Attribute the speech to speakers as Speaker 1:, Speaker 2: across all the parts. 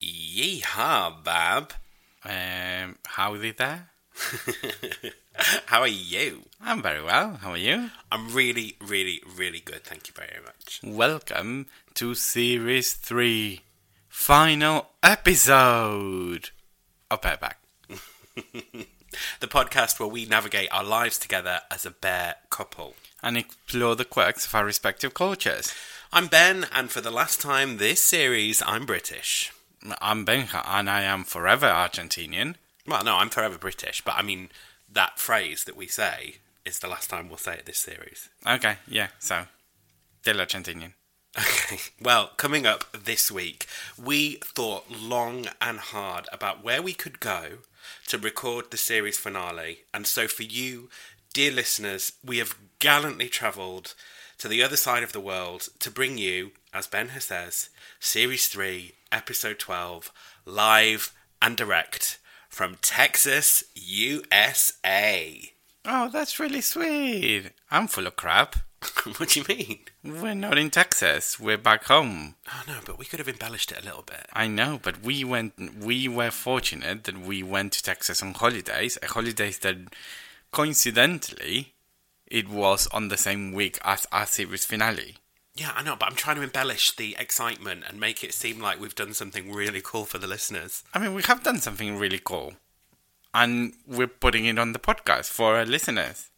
Speaker 1: Yeehaw, Bob.
Speaker 2: Um, howdy there.
Speaker 1: How are you?
Speaker 2: I'm very well. How are you?
Speaker 1: I'm really, really, really good. Thank you very much.
Speaker 2: Welcome to Series 3, final episode of Bareback.
Speaker 1: The podcast where we navigate our lives together as a bear couple.
Speaker 2: and explore the quirks of our respective cultures.
Speaker 1: I'm Ben, and for the last time this series, I'm British.
Speaker 2: I'm Benja, and I am forever Argentinian.
Speaker 1: Well, no, I'm forever British, but I mean, that phrase that we say is the last time we'll say it this series.
Speaker 2: Okay, yeah, so, still Argentinian.
Speaker 1: Okay. Well, coming up this week, we thought long and hard about where we could go to record the series finale. And so, for you, dear listeners, we have gallantly travelled to the other side of the world to bring you, as Ben has says, Series 3, Episode 12, live and direct from Texas, USA.
Speaker 2: Oh, that's really sweet. I'm full of crap.
Speaker 1: what do you mean?
Speaker 2: We're not in Texas. We're back home.
Speaker 1: Oh, no, but we could have embellished it a little bit.
Speaker 2: I know, but we went. We were fortunate that we went to Texas on holidays. A holidays that, coincidentally, it was on the same week as our series finale.
Speaker 1: Yeah, I know, but I'm trying to embellish the excitement and make it seem like we've done something really cool for the listeners.
Speaker 2: I mean, we have done something really cool, and we're putting it on the podcast for our listeners.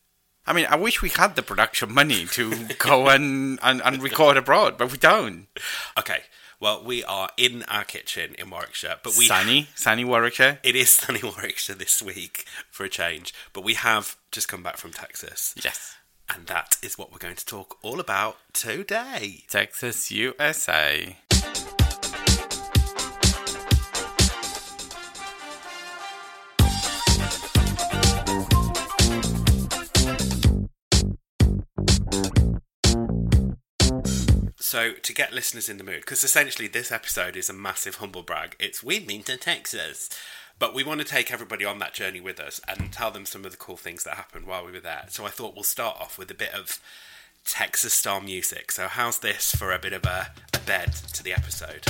Speaker 2: I mean, I wish we had the production money to go and, and, and record abroad, but we don't.
Speaker 1: Okay, well, we are in our kitchen in Warwickshire, but we
Speaker 2: Sunny, sunny Warwickshire.
Speaker 1: it is sunny Warwickshire this week for a change, but we have just come back from Texas,
Speaker 2: Yes,
Speaker 1: and that is what we're going to talk all about today.
Speaker 2: Texas, USA.
Speaker 1: So, to get listeners in the mood, because essentially this episode is a massive humble brag. It's we've been to Texas, but we want to take everybody on that journey with us and tell them some of the cool things that happened while we were there. So, I thought we'll start off with a bit of Texas style music. So, how's this for a bit of a, a bed to the episode?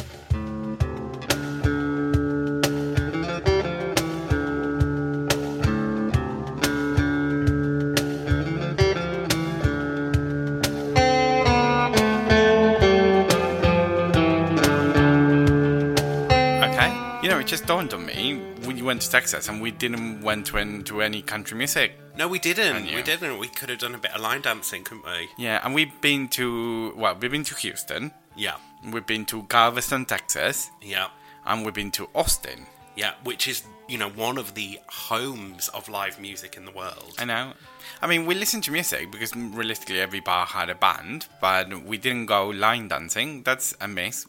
Speaker 2: Okay. You know, it just dawned on me when you went to Texas and we didn't went to, an, to any country music.
Speaker 1: No, we
Speaker 2: And
Speaker 1: didn't.
Speaker 2: you.
Speaker 1: We didn't. We could have done a bit of line dancing, couldn't we?
Speaker 2: Yeah, and we've been to well, we've been to Houston,
Speaker 1: Yeah.
Speaker 2: we've been to Galveston, Texas,
Speaker 1: Yeah.
Speaker 2: and we've been to Austin.
Speaker 1: Yeah. Which is, you know, one of the homes of live music in the world.
Speaker 2: I know. I mean, we listened to music because realistically every bar had a band, but we didn't go line dancing. That's a miss.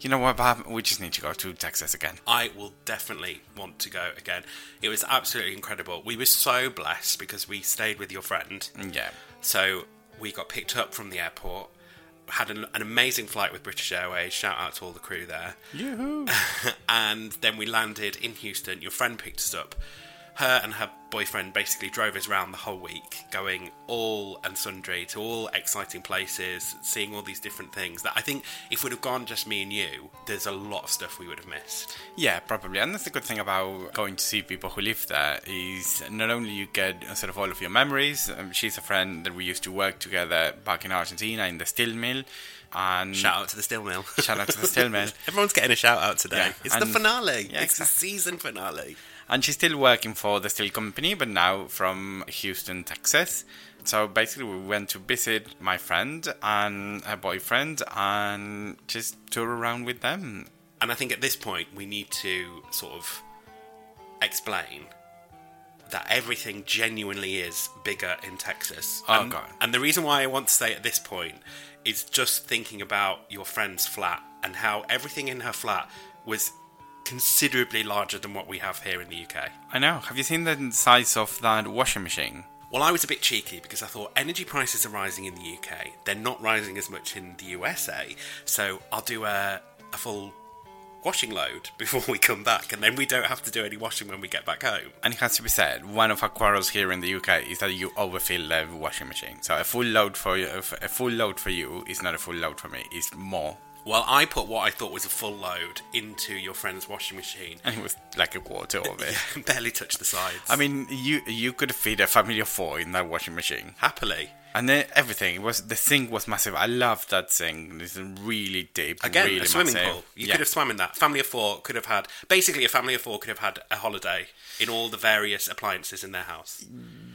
Speaker 2: You know what, Bob? We just need to go to Texas again.
Speaker 1: I will definitely want to go again. It was absolutely incredible. We were so blessed because we stayed with your friend.
Speaker 2: Yeah.
Speaker 1: So we got picked up from the airport, had an, an amazing flight with British Airways. Shout out to all the crew there.
Speaker 2: Yoo-hoo.
Speaker 1: and then we landed in Houston. Your friend picked us up. Her and her boyfriend basically drove us around the whole week, going all and sundry to all exciting places, seeing all these different things that I think if we'd have gone just me and you, there's a lot of stuff we would have missed.
Speaker 2: Yeah, probably. And that's the good thing about going to see people who live there is not only you get sort of all of your memories. Um, she's a friend that we used to work together back in Argentina in the steel mill, and
Speaker 1: Shout out to the steel mill.
Speaker 2: Shout out to the steel mill.
Speaker 1: Everyone's getting a shout out today.
Speaker 2: Yeah,
Speaker 1: it's the
Speaker 2: and-
Speaker 1: finale.
Speaker 2: yeah,
Speaker 1: it's the
Speaker 2: exact-
Speaker 1: season finale.
Speaker 2: and she's still working for the steel company, but now from Houston, Texas. So basically, we went to visit my friend and her boyfriend, and just tour around with them.
Speaker 1: And I think at this point we need to sort of explain that everything genuinely is bigger in Texas.
Speaker 2: Oh,
Speaker 1: and,
Speaker 2: God.
Speaker 1: and the reason why I want to say at this point is just thinking about your friend's flat and how everything in her flat was considerably larger than what we have here in the UK.
Speaker 2: I know. Have you seen the size of that washing machine?
Speaker 1: Well, I was a bit cheeky because I thought energy prices are rising in the UK. They're not rising as much in the USA. So I'll do a, a full washing load before we come back, and then we don't have to do any washing when we get back home.
Speaker 2: And it has to be said, one of our quarrels here in the UK is that you overfill the washing machine. So a full load for you, a full load for you is not a full load for me. It's more,
Speaker 1: Well, I put what I thought was a full load into your friend's washing machine
Speaker 2: and it was like a quarter of it.
Speaker 1: and barely touched the sides.
Speaker 2: I mean, you you could feed a family of four in that washing machine,
Speaker 1: happily.
Speaker 2: and then everything it was the sink was massive. I love that sink. It's really deep,
Speaker 1: Again,
Speaker 2: really
Speaker 1: a swimming
Speaker 2: massive.
Speaker 1: pool. You
Speaker 2: Yeah.
Speaker 1: could have swam in that. Family of four could have had basically a family of four could have had a holiday in all the various appliances in their house.
Speaker 2: Mm.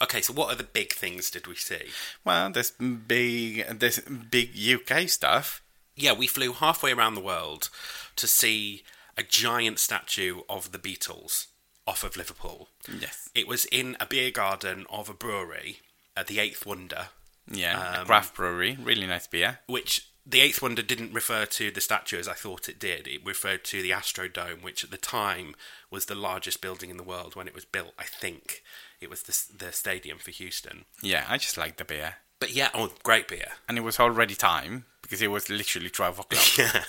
Speaker 1: Okay, so what other big things did we see?
Speaker 2: Well, there's big there's big UK stuff.
Speaker 1: Yeah, we flew halfway around the world to see a giant statue of the Beatles off of Liverpool.
Speaker 2: Yes.
Speaker 1: It was in a beer garden of a brewery at the Eighth Wonder,
Speaker 2: Yeah,
Speaker 1: Um,
Speaker 2: craft brewery, really nice beer.
Speaker 1: which the Eighth Wonder didn't refer to the statue as I thought it did. It referred to the Astrodome, which at the time was the largest building in the world when it was built. I think it was the, s- the stadium for Houston.
Speaker 2: Yeah, I just like the beer.
Speaker 1: But yeah, oh, great beer.
Speaker 2: and it was already time because it was literally 12 o'clock.
Speaker 1: Yeah,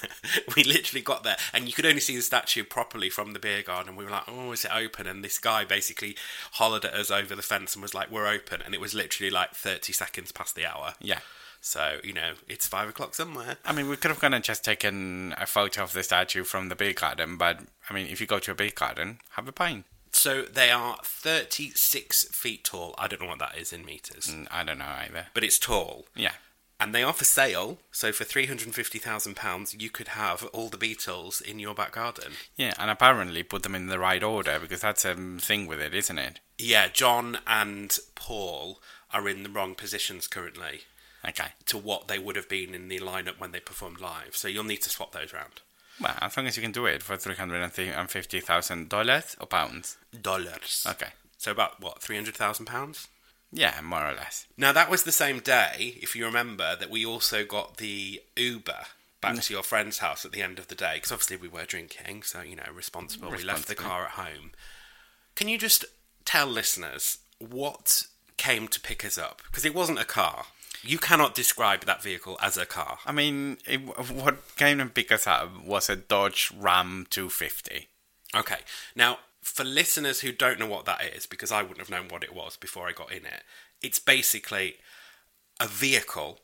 Speaker 1: we literally got there, and you could only see the statue properly from the beer garden. We were like, "Oh, is it open?" And this guy basically hollered at us over the fence and was like, "We're open," and it was literally like thirty seconds past the hour.
Speaker 2: yeah.
Speaker 1: So you know, it's five o'clock somewhere.
Speaker 2: I mean, we could have gone and just taken a photo of the statue from the beer garden, but I mean, if you go to a beer garden, have a pint.
Speaker 1: So they are thirty-six feet tall. I don't know what that is in meters,
Speaker 2: Mm, I don't know either.
Speaker 1: but it's tall,
Speaker 2: Yeah.
Speaker 1: and they are for sale. So for three hundred and fifty thousand pounds, you could have all the Beatles in your back garden.
Speaker 2: Yeah, and apparently put them in the right order because that's a um, thing with it, isn't it?
Speaker 1: Yeah, John and Paul are in the wrong positions currently.
Speaker 2: Okay.
Speaker 1: to what they would have been in the lineup when they performed live. So you'll need to swap those around.
Speaker 2: Well, as long as you can do it for $350,000 or pounds.
Speaker 1: Dollars.
Speaker 2: Okay.
Speaker 1: So about what, three hundred thousand pounds?
Speaker 2: Yeah, more or less.
Speaker 1: Now that was the same day, if you remember, that we also got the Uber back to your friend's house at the end of the day because obviously we were drinking, so you know, responsible. We left the
Speaker 2: Responsible.
Speaker 1: car at home. Can you just tell listeners what came to pick us up? Because it wasn't a car. You cannot describe that vehicle as a car.
Speaker 2: I mean, it, what came and picked us up was a Dodge Ram 250.
Speaker 1: Okay. Now, for listeners who don't know what that is, because I wouldn't have known what it was before I got in it, it's basically a vehicle.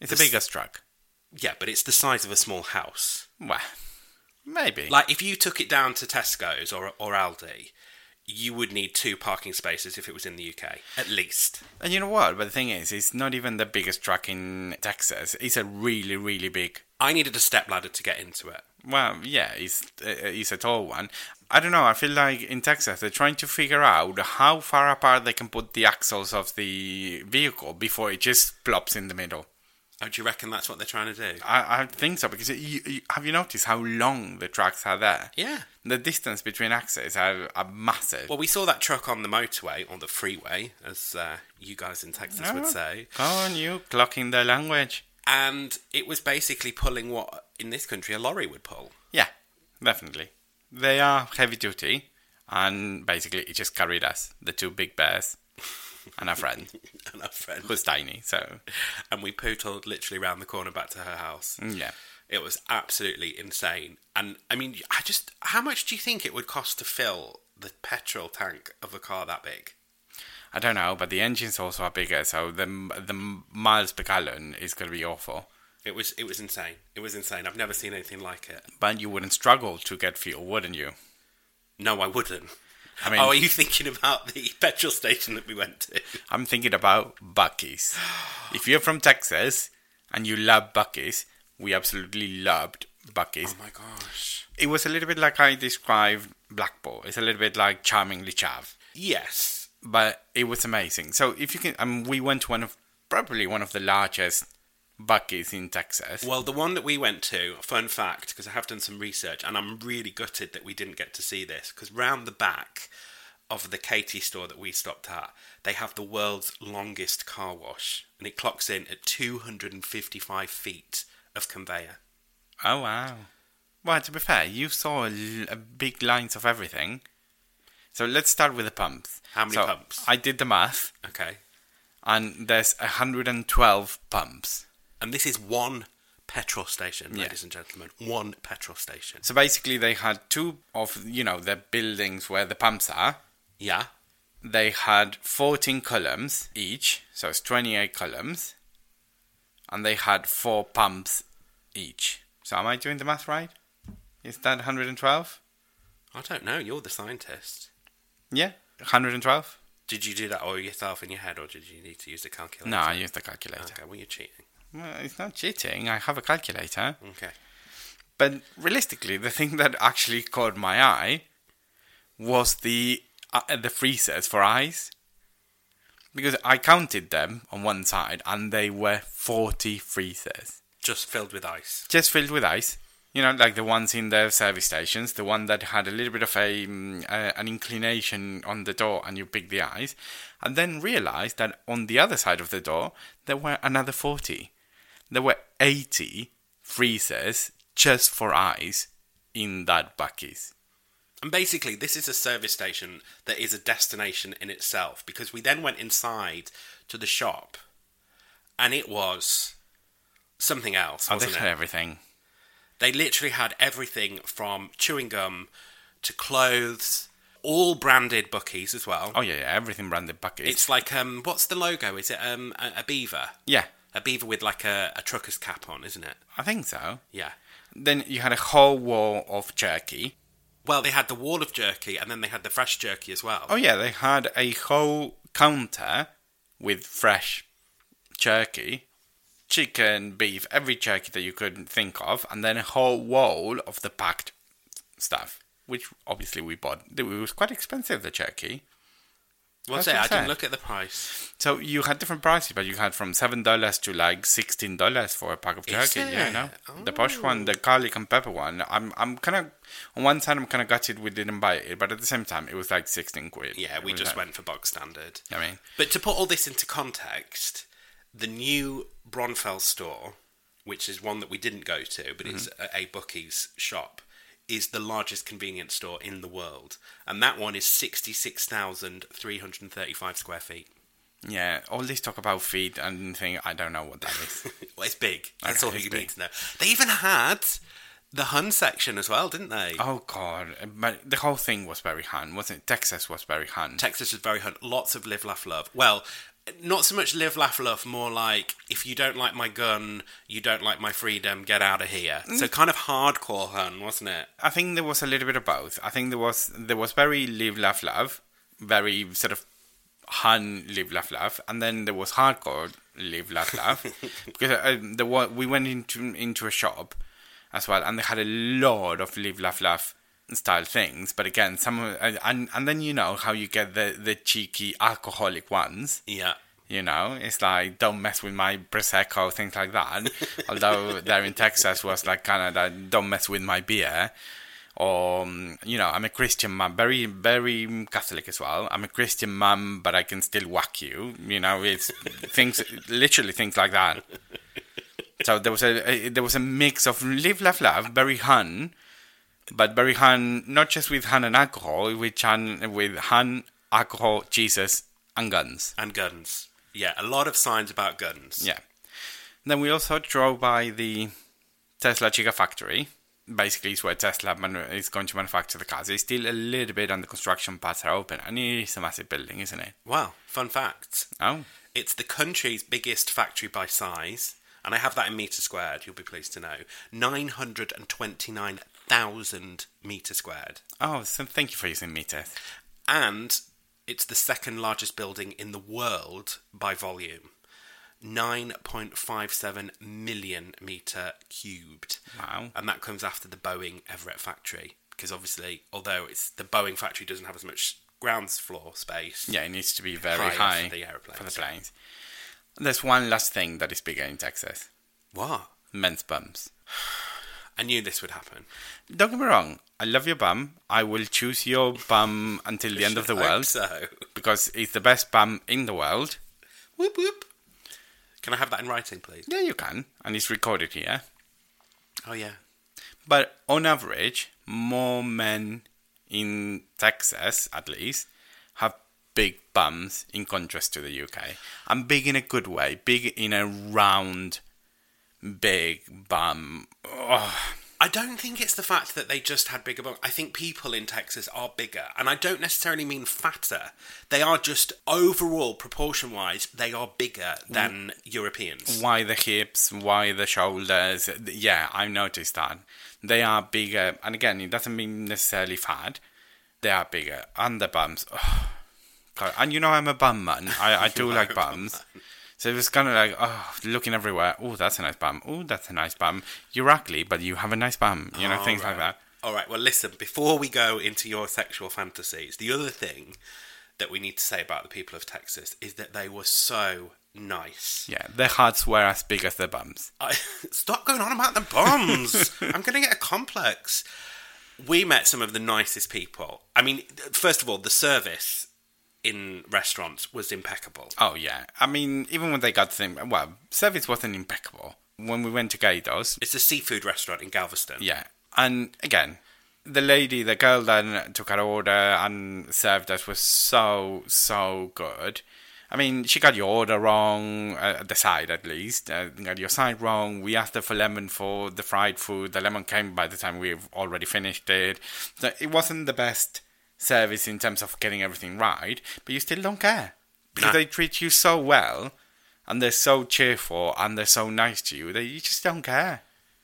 Speaker 2: It's the biggest truck.
Speaker 1: Yeah, but it's the size of a small house.
Speaker 2: Well, maybe.
Speaker 1: Like, if you took it down to Tesco's or, or Aldi, you would need two parking spaces if it was in the UK, at least.
Speaker 2: and you know what? But the thing is, it's not even the biggest truck in Texas. It's a really, really big.
Speaker 1: I needed a stepladder to get into it.
Speaker 2: Well, yeah, it's uh, it's a tall one. I don't know. I feel like in Texas they're trying to figure out how far apart they can put the axles of the vehicle before it just plops in the middle.
Speaker 1: Oh, do you reckon that's what they're trying to do?
Speaker 2: I, I think so because you, you, have you noticed how long the tracks are there?
Speaker 1: Yeah.
Speaker 2: The distance between axes are, are massive.
Speaker 1: Well, we saw that truck on the motorway, on the freeway, as uh, you guys in Texas would say.
Speaker 2: Go on, you clocking the language.
Speaker 1: and it was basically pulling what in this country a lorry would pull.
Speaker 2: Yeah, definitely. They are heavy duty, and basically it just carried us, the two big bears, and our friend,
Speaker 1: And our friend,
Speaker 2: who's tiny. So
Speaker 1: and we pootled literally round the corner back to her house.
Speaker 2: mm, yeah,
Speaker 1: It was absolutely insane. And I mean, I just, how much do you think it would cost to fill the petrol tank of a car that big?
Speaker 2: I don't know, but the engines also are bigger, so the the miles per gallon is going to be awful.
Speaker 1: It was, it was insane. It was insane. I've never seen anything like it.
Speaker 2: But you wouldn't struggle to get fuel, wouldn't you?
Speaker 1: No, I wouldn't.
Speaker 2: I mean,
Speaker 1: oh, are you thinking about the petrol station that we went to?
Speaker 2: I'm thinking about Bucky's. If you're from Texas and you love Bucky's, we absolutely loved Bucky's.
Speaker 1: Oh my gosh.
Speaker 2: It was a little bit like I described Blackpool. It's a little bit like charmingly chav,
Speaker 1: Yes.
Speaker 2: but it was amazing. So if you can, um, we went to one of probably one of the largest buckets in Texas.
Speaker 1: Well, the one that we went to, fun fact, because I have done some research, and I'm really gutted that we didn't get to see this, because round the back of the Katie store that we stopped at, they have the world's longest car wash, and it clocks in at 255 feet of conveyor.
Speaker 2: Oh wow! Well, to be fair, you saw a, l- a big lines of everything. So let's start with the pumps.
Speaker 1: How many
Speaker 2: So
Speaker 1: pumps?
Speaker 2: I did the math,
Speaker 1: Okay.
Speaker 2: and there's 112 pumps.
Speaker 1: And this is one petrol station,
Speaker 2: Yeah.
Speaker 1: ladies and gentlemen. One petrol station.
Speaker 2: So basically, they had two of you know the buildings where the pumps are.
Speaker 1: Yeah.
Speaker 2: They had 14 columns each, so it's 28 columns, and they had four pumps each. So am I doing the math right? Is that 112?
Speaker 1: I don't know. You're the scientist.
Speaker 2: Yeah, 112.
Speaker 1: Did you do that all yourself in your head, or did you need to use a calculator?
Speaker 2: No, I used the calculator.
Speaker 1: Okay, well, you're cheating.
Speaker 2: Well, it's not cheating. I have a calculator.
Speaker 1: Okay.
Speaker 2: But realistically, the thing that actually caught my eye was the uh, the freezers for ice, because I counted them on one side, and they were forty freezers,
Speaker 1: Just filled with ice.
Speaker 2: just filled with ice. You know, like the ones in the service stations, the one that had a little bit of a, mm, a an inclination on the door, and you pick the ice, and then realized that on the other side of the door there were another forty. There were eighty freezers just for ice in that bucket.
Speaker 1: And basically, this is a service station that is a destination in itself because we then went inside to the shop and it was something else,
Speaker 2: Oh, they
Speaker 1: wasn't
Speaker 2: had
Speaker 1: it?
Speaker 2: everything.
Speaker 1: They literally had everything from chewing gum to clothes, all branded buckies as well.
Speaker 2: Oh yeah, yeah everything branded buckets.
Speaker 1: It's like, um, what's the logo? Is it um, a, a beaver?
Speaker 2: yeah,
Speaker 1: A beaver with like a, a trucker's cap on, isn't it?
Speaker 2: I think so.
Speaker 1: Yeah.
Speaker 2: Then you had a whole wall of jerky.
Speaker 1: Well, they had the wall of jerky and then they had the fresh jerky as well.
Speaker 2: Oh yeah, they had a whole counter with fresh jerky, chicken, beef, every jerky that you could think of, and then a whole wall of the packed stuff, which obviously we bought. It was quite expensive the jerky.
Speaker 1: was it?
Speaker 2: that's
Speaker 1: I
Speaker 2: what I
Speaker 1: didn't
Speaker 2: said.
Speaker 1: look at the price.
Speaker 2: So you had different prices, but you had from seven dollars to like sixteen dollars for a pack of
Speaker 1: Is
Speaker 2: jerky. Yeah,
Speaker 1: it?
Speaker 2: you know the posh one, the garlic and pepper one. I'm I'm kind of on one side I'm kind of gutted we didn't buy it, but at the same time it was like sixteen quid.
Speaker 1: Yeah,
Speaker 2: It
Speaker 1: we
Speaker 2: was
Speaker 1: just
Speaker 2: like-
Speaker 1: went for box standard.
Speaker 2: I mean,
Speaker 1: But to put all this into context, the new Bronfels store, which is one that we didn't go to, but it's
Speaker 2: Mm-hmm.
Speaker 1: a, a bookies shop, is the largest convenience store in the world, and that one is sixty-six thousand three hundred thirty-five square feet.
Speaker 2: yeah, all this talk about feet and thing, I don't know what that is.
Speaker 1: Well, it's big. That's
Speaker 2: Okay,
Speaker 1: all
Speaker 2: it's
Speaker 1: you
Speaker 2: big.
Speaker 1: need to know. They even had the Hun section as well, didn't they?
Speaker 2: oh god, but the whole thing was very Han, wasn't it? Texas was very Han.
Speaker 1: Texas is very hun. Lots of live, laugh, love. Well, not so much live, laugh, love. More like if you don't like my gun, you don't like my freedom. Get out of here. So kind of hardcore hun, wasn't it?
Speaker 2: I think there was a little bit of both. I think there was there was very live laugh love, very sort of Han live laugh love, and then there was hardcore live laugh love because uh, there was, we went into into a shop as well, and they had a lot of live laugh love style things. But again, some of- and and- and then you know how you get the the cheeky alcoholic ones.
Speaker 1: Yeah.
Speaker 2: You know, it's like don't mess with my prosecco, things like that. Although there in Texas was like kind of that don't mess with my beer, or um, you know, I'm a Christian man, very very Catholic as well. I'm a Christian man, but I can still whack you. You know, it's things literally things like that. So there was a, a there was a mix of live, laugh, love, very Han, but very Han not just with Han and alcohol, with Han with Han alcohol, Jesus, and guns.
Speaker 1: And guns. Yeah, a lot of signs about guns.
Speaker 2: Yeah. Then we also drove by the Tesla Gigafactory. Basically, it's where Tesla manu- is going to manufacture the cars. It's still a little bit under construction, parts are open, and it is a massive building, isn't it?
Speaker 1: Wow. Fun fact:
Speaker 2: Oh,
Speaker 1: it's the country's biggest factory by size, and I have that in meter squared. You'll be pleased to know nine hundred and twenty-nine thousand meter squared.
Speaker 2: oh, so thank you for using meters.
Speaker 1: and it's the second largest building in the world by volume 9.57 million meter cubed
Speaker 2: Wow.
Speaker 1: and that comes after the boeing everett factory because obviously although it's the boeing factory doesn't have as much ground floor space
Speaker 2: Yeah, it needs to be very
Speaker 1: High
Speaker 2: high,
Speaker 1: for the aeroplanes.
Speaker 2: for the planes. There's one last thing that is bigger in Texas
Speaker 1: what
Speaker 2: men's bums.
Speaker 1: i knew this would happen
Speaker 2: Don't get me wrong, I love your bum. I will choose your bum until the end of the
Speaker 1: I hope
Speaker 2: world
Speaker 1: so
Speaker 2: because it's the best bum in the world.
Speaker 1: whoop whoop can i have that in writing please
Speaker 2: Yeah, you can, and it's recorded here.
Speaker 1: oh yeah
Speaker 2: But on average, more men in Texas, at least, have big bums in contrast to the UK. And big in a good way, big in a round, big bum. Oh, Ugh.
Speaker 1: I don't think it's the fact that they just had bigger bums. I think people in Texas are bigger, and I don't necessarily mean fatter. They are just overall proportion-wise, they are bigger than Europeans.
Speaker 2: Why the hips? Why the shoulders? Yeah, I've noticed that. They are bigger. And again, it doesn't mean necessarily fat. They are bigger. And the bums. Oh, God. And you know, I'm a bum man. I, I do
Speaker 1: are
Speaker 2: like
Speaker 1: a bum
Speaker 2: bums. So it was kind of like, oh, looking everywhere. Oh, that's a nice bum. Oh, that's a nice bum. You're ugly, but you have a nice bum. You know, things like that.
Speaker 1: All right, well, listen, before we go into your sexual fantasies, the other thing that we need to say about the people of Texas is that they were so nice.
Speaker 2: Yeah, their hearts were as big as their bums.
Speaker 1: I, stop going on about the bombs. I'm going to get a complex. We met some of the nicest people. I mean, first of all, the service in restaurants was impeccable.
Speaker 2: Oh yeah, I mean, even when they got them, well, service wasn't impeccable. When we went to Gatos,
Speaker 1: It's a seafood restaurant in Galveston.
Speaker 2: yeah, and again, the lady, the girl that took our order and served us was so so good. I mean, she got your order wrong, uh, the side at least. Uh, got your side wrong. We asked her for lemon for the fried food. The lemon came by the time we've already finished it. So it wasn't the best service in terms of getting everything right, but you still don't care because
Speaker 1: No.
Speaker 2: they treat you so well and they're so cheerful and they're so nice to you that you just don't care.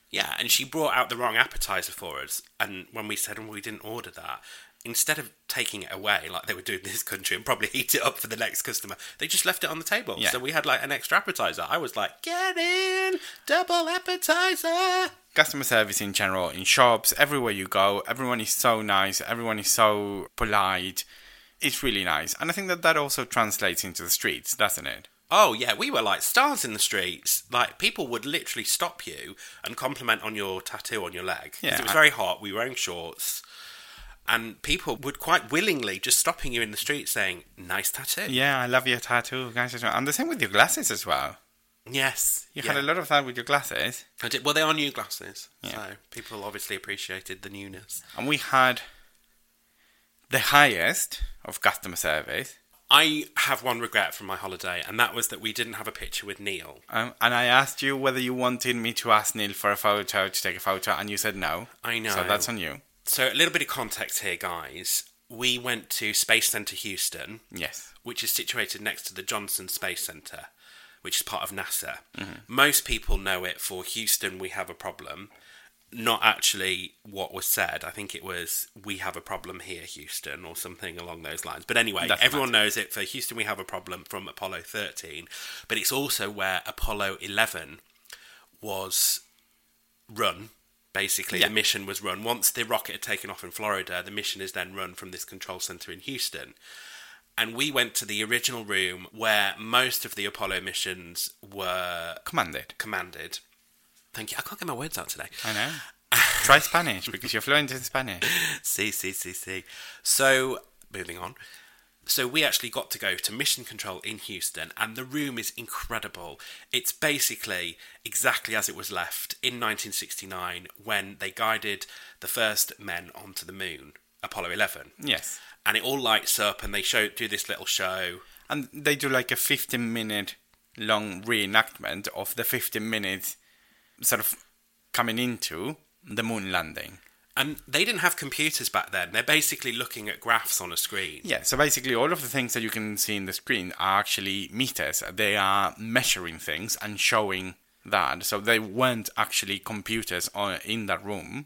Speaker 1: Yeah, and she brought out the wrong appetizer for us. And when we said, well, we didn't order that, instead of taking it away like they would do in this country and probably heat it up for the next customer, they just left it on the table.
Speaker 2: Yeah.
Speaker 1: So we had like an extra appetizer. I was like, get in, double appetizer.
Speaker 2: customer service in general in shops everywhere you go everyone is so nice everyone is so polite it's really nice and i think that that also translates into the streets doesn't it
Speaker 1: Oh, yeah, we were like stars in the streets. Like, people would literally stop you and compliment on your tattoo on your leg. 'Cause
Speaker 2: Yeah,
Speaker 1: It was
Speaker 2: I-
Speaker 1: very hot. We were wearing shorts. And people would quite willingly just stopping you in the street saying, nice tattoo.
Speaker 2: yeah i love your tattoo guys as well. and the same with your glasses as well
Speaker 1: Yes.
Speaker 2: you
Speaker 1: yeah.
Speaker 2: had a lot of that with your glasses
Speaker 1: I did, well, they are new glasses,
Speaker 2: Yeah.
Speaker 1: so people obviously appreciated the newness.
Speaker 2: and we had the highest of customer service
Speaker 1: I have one regret from my holiday, and that was that we didn't have a picture with Neil.
Speaker 2: um, and i asked you whether you wanted me to ask neil for a photo to take a photo and you said no
Speaker 1: I know.
Speaker 2: so that's on you
Speaker 1: So a little bit of context here, guys. We went to Space Center Houston,
Speaker 2: yes
Speaker 1: which is situated next to the Johnson Space Center, which is part of NASA. Most people know it for Houston, we have a problem. Not actually what was said. I think it was, we have a problem here, Houston, or something along those lines. But anyway,
Speaker 2: Doesn't
Speaker 1: everyone knows it for Houston, we have a problem from Apollo 13. But it's also where Apollo 11 was run. Basically, the mission was run. Once the rocket had taken off in Florida, the mission is then run from this control center in Houston. And we went to the original room where most of the Apollo missions were
Speaker 2: commanded
Speaker 1: commanded. Thank you. I can't get my words out today.
Speaker 2: i know try spanish because you're fluent in spanish
Speaker 1: See, see, see, see. So, moving on. So, we actually got to go to Mission Control in Houston, and the room is incredible. It's basically exactly as it was left in 1969 when they guided the first men onto the moon, Apollo 11.
Speaker 2: yes
Speaker 1: And it all lights up, and they show do this little show.
Speaker 2: and they do like a 15 minute long reenactment of the 15 minutes sort of coming into the moon landing
Speaker 1: And they didn't have computers back then. They're basically looking at graphs on a screen.
Speaker 2: yeah so basically all of the things that you can see in the screen are actually meters they are measuring things and showing that so they weren't actually computers on, in that room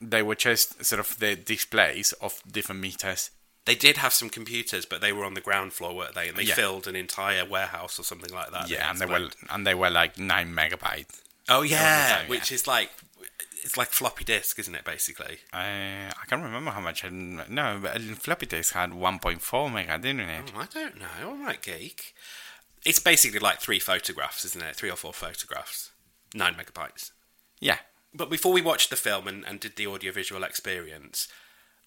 Speaker 2: they were just sort of the displays of different meters
Speaker 1: They did have some computers, but they were on the ground floor, weren't they? And they
Speaker 2: Yeah.
Speaker 1: filled an entire warehouse or something like that.
Speaker 2: yeah and they
Speaker 1: explained.
Speaker 2: were and they were like 9 megabytes
Speaker 1: Oh yeah,
Speaker 2: time,
Speaker 1: which is like it's like floppy disk, isn't it? Basically,
Speaker 2: I Eh, I can't remember how much. I, no, but floppy disk had 1.4 mega, didn't it?
Speaker 1: I don't know. All right, geek. It's basically like three photographs, isn't it? Three or four photographs, nine megabytes.
Speaker 2: Yeah.
Speaker 1: But before we watched the film and, and did the audiovisual experience,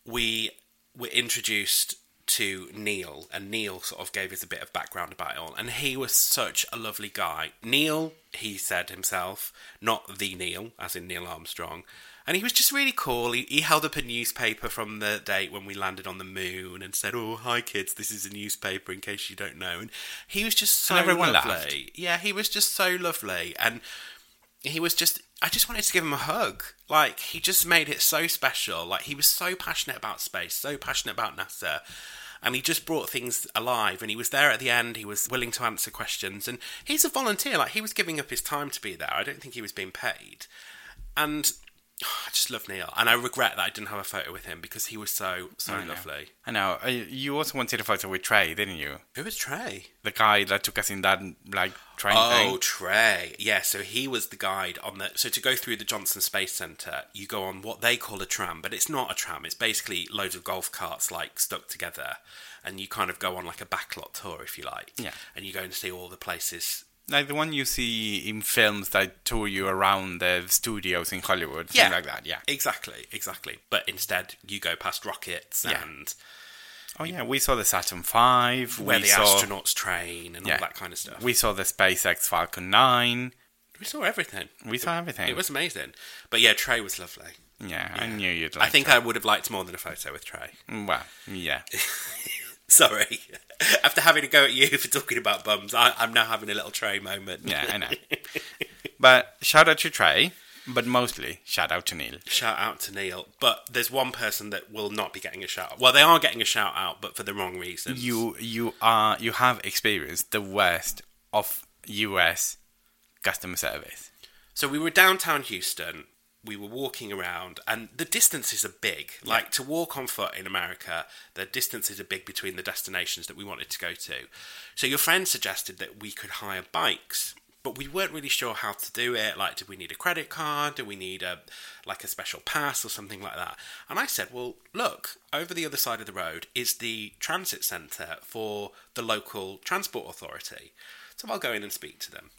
Speaker 1: we were introduced to Neil, and Neil sort of gave us a bit of background about it all. And he was such a lovely guy. Neil, he said himself, not the Neil, as in Neil Armstrong, And he was just really cool. He, he held up a newspaper from the date when we landed on the moon and said, "Oh, hi kids, this is a newspaper in case you don't know." And he was just so
Speaker 2: And everyone
Speaker 1: lovely.
Speaker 2: laughed.
Speaker 1: Yeah, he was just so lovely and he was just I just wanted to give him a hug. Like he just made it so special. Like he was so passionate about space, so passionate about NASA. And he just brought things alive and he was there at the end. He was willing to answer questions and he's a volunteer. Like he was giving up his time to be there. I don't think he was being paid. And I just love Neil. And I regret that I didn't have a photo with him because he was so so lovely.
Speaker 2: I know. Uh, You also wanted a photo with Trey, didn't you?
Speaker 1: Who was Trey?
Speaker 2: The guy that took us in that like train
Speaker 1: Oh,
Speaker 2: thing.
Speaker 1: Trey. Yeah, so he was the guide on the. So to go through the Johnson Space Center, you go on what they call a tram, but it's not a tram. It's basically loads of golf carts like stuck together, and you kind of go on like a backlot tour, if you like.
Speaker 2: Yeah.
Speaker 1: And you go and see all the places.
Speaker 2: Like the one you see in films that tour you around the studios in Hollywood, something like that. Yeah.
Speaker 1: Exactly. Exactly. But instead, you go past rockets
Speaker 2: Yeah.
Speaker 1: and
Speaker 2: Oh yeah, we saw the Saturn V.
Speaker 1: where
Speaker 2: we
Speaker 1: the
Speaker 2: saw,
Speaker 1: astronauts train and
Speaker 2: Yeah.
Speaker 1: all that kind of stuff.
Speaker 2: We saw the SpaceX Falcon 9.
Speaker 1: we saw everything.
Speaker 2: We saw everything.
Speaker 1: It was amazing. But yeah, Trey was lovely.
Speaker 2: yeah, I knew you'd
Speaker 1: I
Speaker 2: like.
Speaker 1: think I would have liked more than a photo with Trey.
Speaker 2: Well, yeah.
Speaker 1: Sorry. After having a go at you for talking about bums, I, I'm now having a little tray moment.
Speaker 2: Yeah, I know. but shout out to Trey, but mostly shout out to Neil.
Speaker 1: shout out to Neil. But there's one person that will not be getting a shout out. Well, they are getting a shout out, but for the wrong reasons.
Speaker 2: You you are you have experienced the worst of US customer service.
Speaker 1: So we were downtown Houston. We were walking around, and the distances are big. Like to walk on foot in America, the distances are big between the destinations that we wanted to go to. So your friend suggested that we could hire bikes, but we weren't really sure how to do it. Like, did we need a credit card? Do we need a like a special pass or something like that? And I said, well, look, over the other side of the road is the transit center for the local transport authority. So I'll go in and speak to them.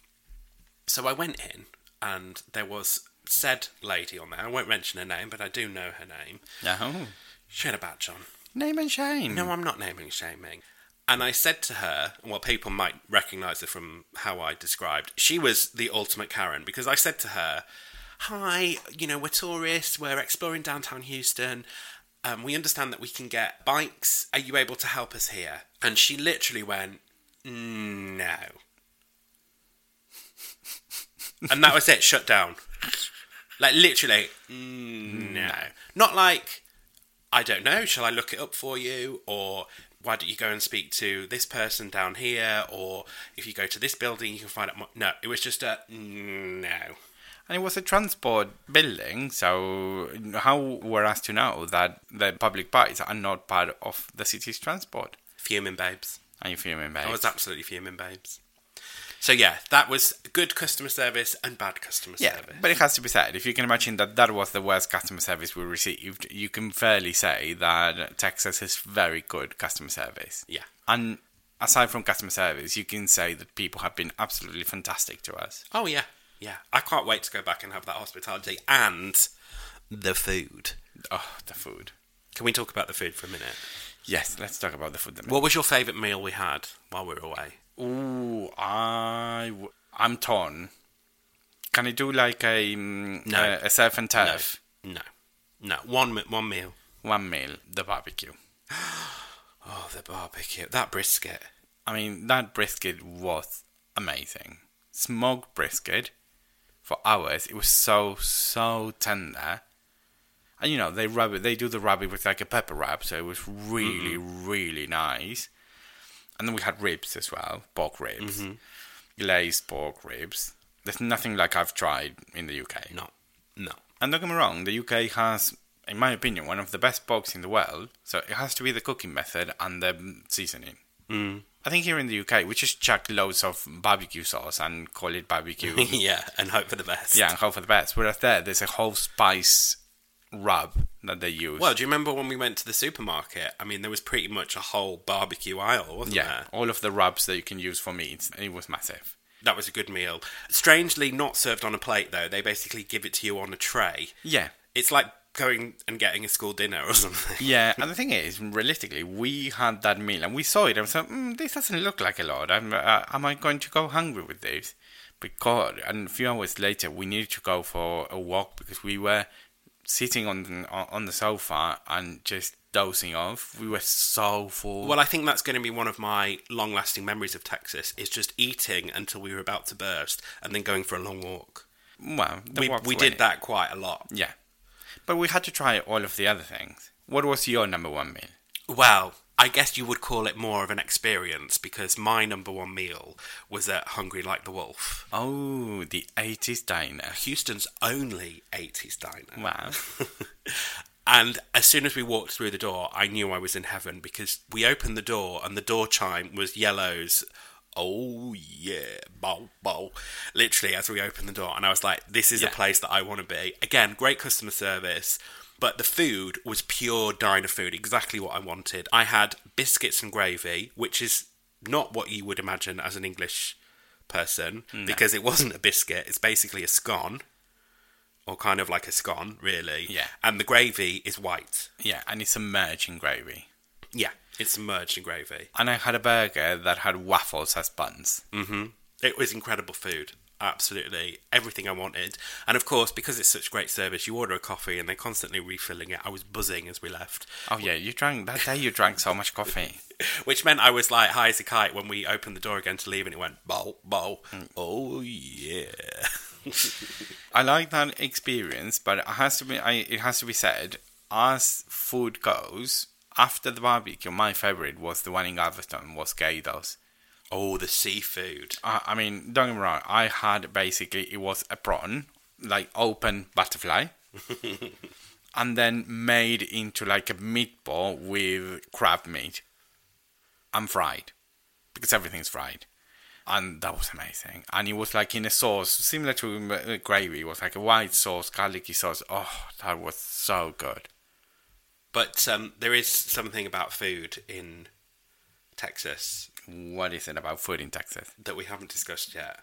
Speaker 1: So I went in, and there was said lady on there. I won't mention her name, but I do know her name.
Speaker 2: Yeah. Oh.
Speaker 1: She had a bad John.
Speaker 2: Name and shame.
Speaker 1: No, I'm not naming shaming. And I said to her, well, people might recognize her from how I described. She was the ultimate Karen because I said to her, Hi, you know, we're tourists, we're exploring downtown Houston. Um, we understand that we can get bikes. Are you able to help us here? And she literally went, No. and that was it, shut down. Like, literally, "Mm, no. Not like, I don't know, shall I look it up for you? Or why don't you go and speak to this person down here? Or if you go to this building, you can find out more. No, it was just a no.
Speaker 2: And it was a transport building, so how were us to know that the public bikes are not part of the city's transport?
Speaker 1: Fuming babes.
Speaker 2: Are you fuming,
Speaker 1: I
Speaker 2: babe?
Speaker 1: was absolutely fuming babes. So yeah, that was good customer service and bad customer
Speaker 2: Yeah,
Speaker 1: service.
Speaker 2: but it has to be said. If you can imagine that that was the worst customer service we received, you can fairly say that Texas has very good customer service.
Speaker 1: Yeah.
Speaker 2: And aside from customer service, you can say that people have been absolutely fantastic to us.
Speaker 1: Oh yeah, yeah. I can't wait to go back and have that hospitality and the food.
Speaker 2: Oh, the food.
Speaker 1: Can we talk about the food for a minute?
Speaker 2: Yes, let's talk about the food. Then.
Speaker 1: What was your favourite meal we had while we were away?
Speaker 2: Ooh, I w- I'm torn. Can I do like a mm,
Speaker 1: No.
Speaker 2: a, a surf and
Speaker 1: No,
Speaker 2: turf?
Speaker 1: no, no. One mi- one meal.
Speaker 2: One meal, the barbecue.
Speaker 1: Oh, the barbecue. That brisket.
Speaker 2: I mean, that brisket was amazing. Smoked brisket for hours. It was so so tender. And you know they rub it. They do the rabbit with like a pepper wrap, so it was really really nice. And then we had ribs as well, pork ribs, glazed pork ribs. There's nothing like I've tried in the UK.
Speaker 1: No. No.
Speaker 2: And don't get me wrong, the UK has, in my opinion, one of the best porks in the world. So it has to be the cooking method and the mm, seasoning. Mm. I think here in the UK, we just chuck loads of barbecue sauce and call it barbecue.
Speaker 1: yeah, and hope for the best.
Speaker 2: yeah, and hope for the best. Whereas there, there's a whole spice rub that they use.
Speaker 1: Well, do you remember when we went to the supermarket? I mean, there was pretty much a whole barbecue aisle, wasn't
Speaker 2: yeah,
Speaker 1: there?
Speaker 2: all of the rubs that you can use for meat. It was massive.
Speaker 1: That was a good meal. Strangely, not served on a plate, though. They basically give it to you on a tray.
Speaker 2: Yeah.
Speaker 1: It's like going and getting a school dinner or something.
Speaker 2: Yeah, and the thing is, realistically, we had that meal and we saw it and so mm, this doesn't look like a lot. I'm, uh, am I going to go hungry with this? But God, and a few hours later, we needed to go for a walk because we were sitting on on the sofa and just dozing off. We were so full.
Speaker 1: Well, I think that's going to be one of my long-lasting memories of Texas is just eating until we were about to burst, and then going for a long walk.
Speaker 2: well, the
Speaker 1: we
Speaker 2: walks
Speaker 1: we
Speaker 2: were-
Speaker 1: did that quite a lot.
Speaker 2: Yeah, but we had to try all of the other things. What was your number one meal?
Speaker 1: Well, I guess you would call it more of an experience because my number one meal was at Hungry Like the Wolf,
Speaker 2: Oh, the eighties diner.
Speaker 1: Houston's only 80s diner.
Speaker 2: Wow.
Speaker 1: and as soon as we walked through the door, I knew I was in heaven because we opened the door and the door chime was Yellow's. Oh yeah, bow bow. Literally, as we opened the door, and I was like, "This is a
Speaker 2: Yeah.
Speaker 1: place that I want to be." Again, great customer service, but the food was pure diner food, exactly what I wanted. I had biscuits and gravy, which is not what you would imagine as an English person, because it wasn't a biscuit; it's basically a scone, or kind of like a scone, really.
Speaker 2: Yeah.
Speaker 1: And the gravy is white.
Speaker 2: yeah, and it's submerged in gravy.
Speaker 1: Yeah, it's submerged in gravy.
Speaker 2: And I had a burger that had waffles as buns.
Speaker 1: It was incredible food. Absolutely everything I wanted. And of course, because it's such great service, you order a coffee and they're constantly refilling it. I was buzzing as we left,
Speaker 2: Oh yeah, you drank that day. You drank so much coffee.
Speaker 1: which meant I was like high as a kite when we opened the door again to leave and it went bow, bow. Oh, yeah.
Speaker 2: I like that experience, but it has to be. I, it has to be said, as food goes, after the barbecue, my favorite was the one in Galveston was Gatos.
Speaker 1: Oh, the seafood.
Speaker 2: I, I mean, don't get me wrong. I had basically it was a prawn, like open butterfly, and then made into like a meatball with crab meat, and fried, because everything's fried, and that was amazing. And it was like in a sauce similar to uh, gravy. It was like a white sauce, garlicky sauce. Oh, that was so good.
Speaker 1: But um, there is something about food in Texas
Speaker 2: What is it about food in Texas?
Speaker 1: that we haven't discussed yet.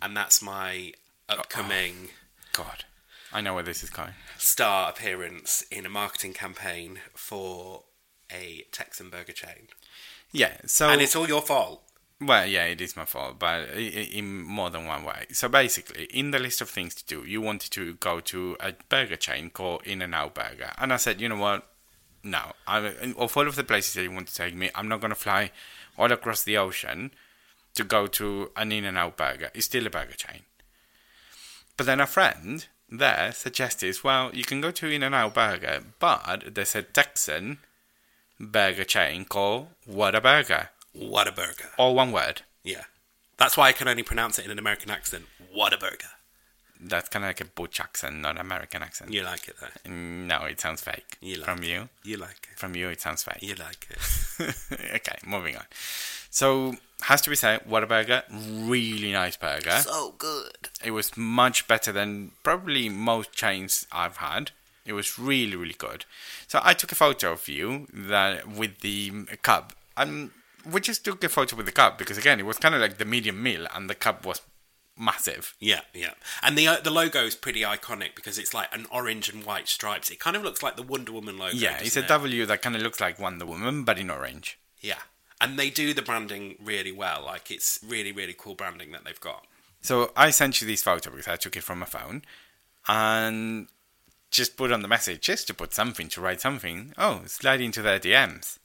Speaker 1: And that's my upcoming.
Speaker 2: God, I know where this is going.
Speaker 1: star appearance in a marketing campaign for a Texan burger chain.
Speaker 2: Yeah, so
Speaker 1: And it's all your fault.
Speaker 2: Well, yeah, it is my fault, but i- i- in more than one way. So basically, in the list of things to do, you wanted to go to a burger chain called In and Out Burger, and I said, you know what? No, I of all of the places that you want to take me, I'm not gonna fly all across the ocean to go to an In and Out Burger. It's still a burger chain. But then a friend there suggested, well, you can go to In and Out Burger, but there's a Texan burger chain called What a Burger,
Speaker 1: What a burger.
Speaker 2: all one word.
Speaker 1: Yeah. That's why I can only pronounce it in an American accent. What a burger.
Speaker 2: That's kind of like a butch accent, not American accent.
Speaker 1: You like it though.
Speaker 2: No, it sounds fake.
Speaker 1: You like
Speaker 2: From you?
Speaker 1: You like it.
Speaker 2: From you, it sounds fake.
Speaker 1: You like it.
Speaker 2: okay, moving on. So, has to be said, Whataburger, really nice burger.
Speaker 1: so good.
Speaker 2: It was much better than probably most chains I've had. It was really, really good. So I took a photo of you that with the um, cup. And we just took a photo with the cup because again, it was kind of like the medium meal, and the cup was massive.
Speaker 1: Yeah, yeah. And the uh, the logo is pretty iconic because it's like an orange and white stripes. It kind of looks like the Wonder Woman logo.
Speaker 2: Yeah, it's
Speaker 1: doesn't
Speaker 2: a
Speaker 1: it?
Speaker 2: W that kind of looks like Wonder Woman, but in orange.
Speaker 1: Yeah. And they do the branding really well. Like it's really really cool branding that they've got.
Speaker 2: So I sent you this photo because I took it from my phone and just put on the message just to put something, to write something. Oh, slide into their DMs.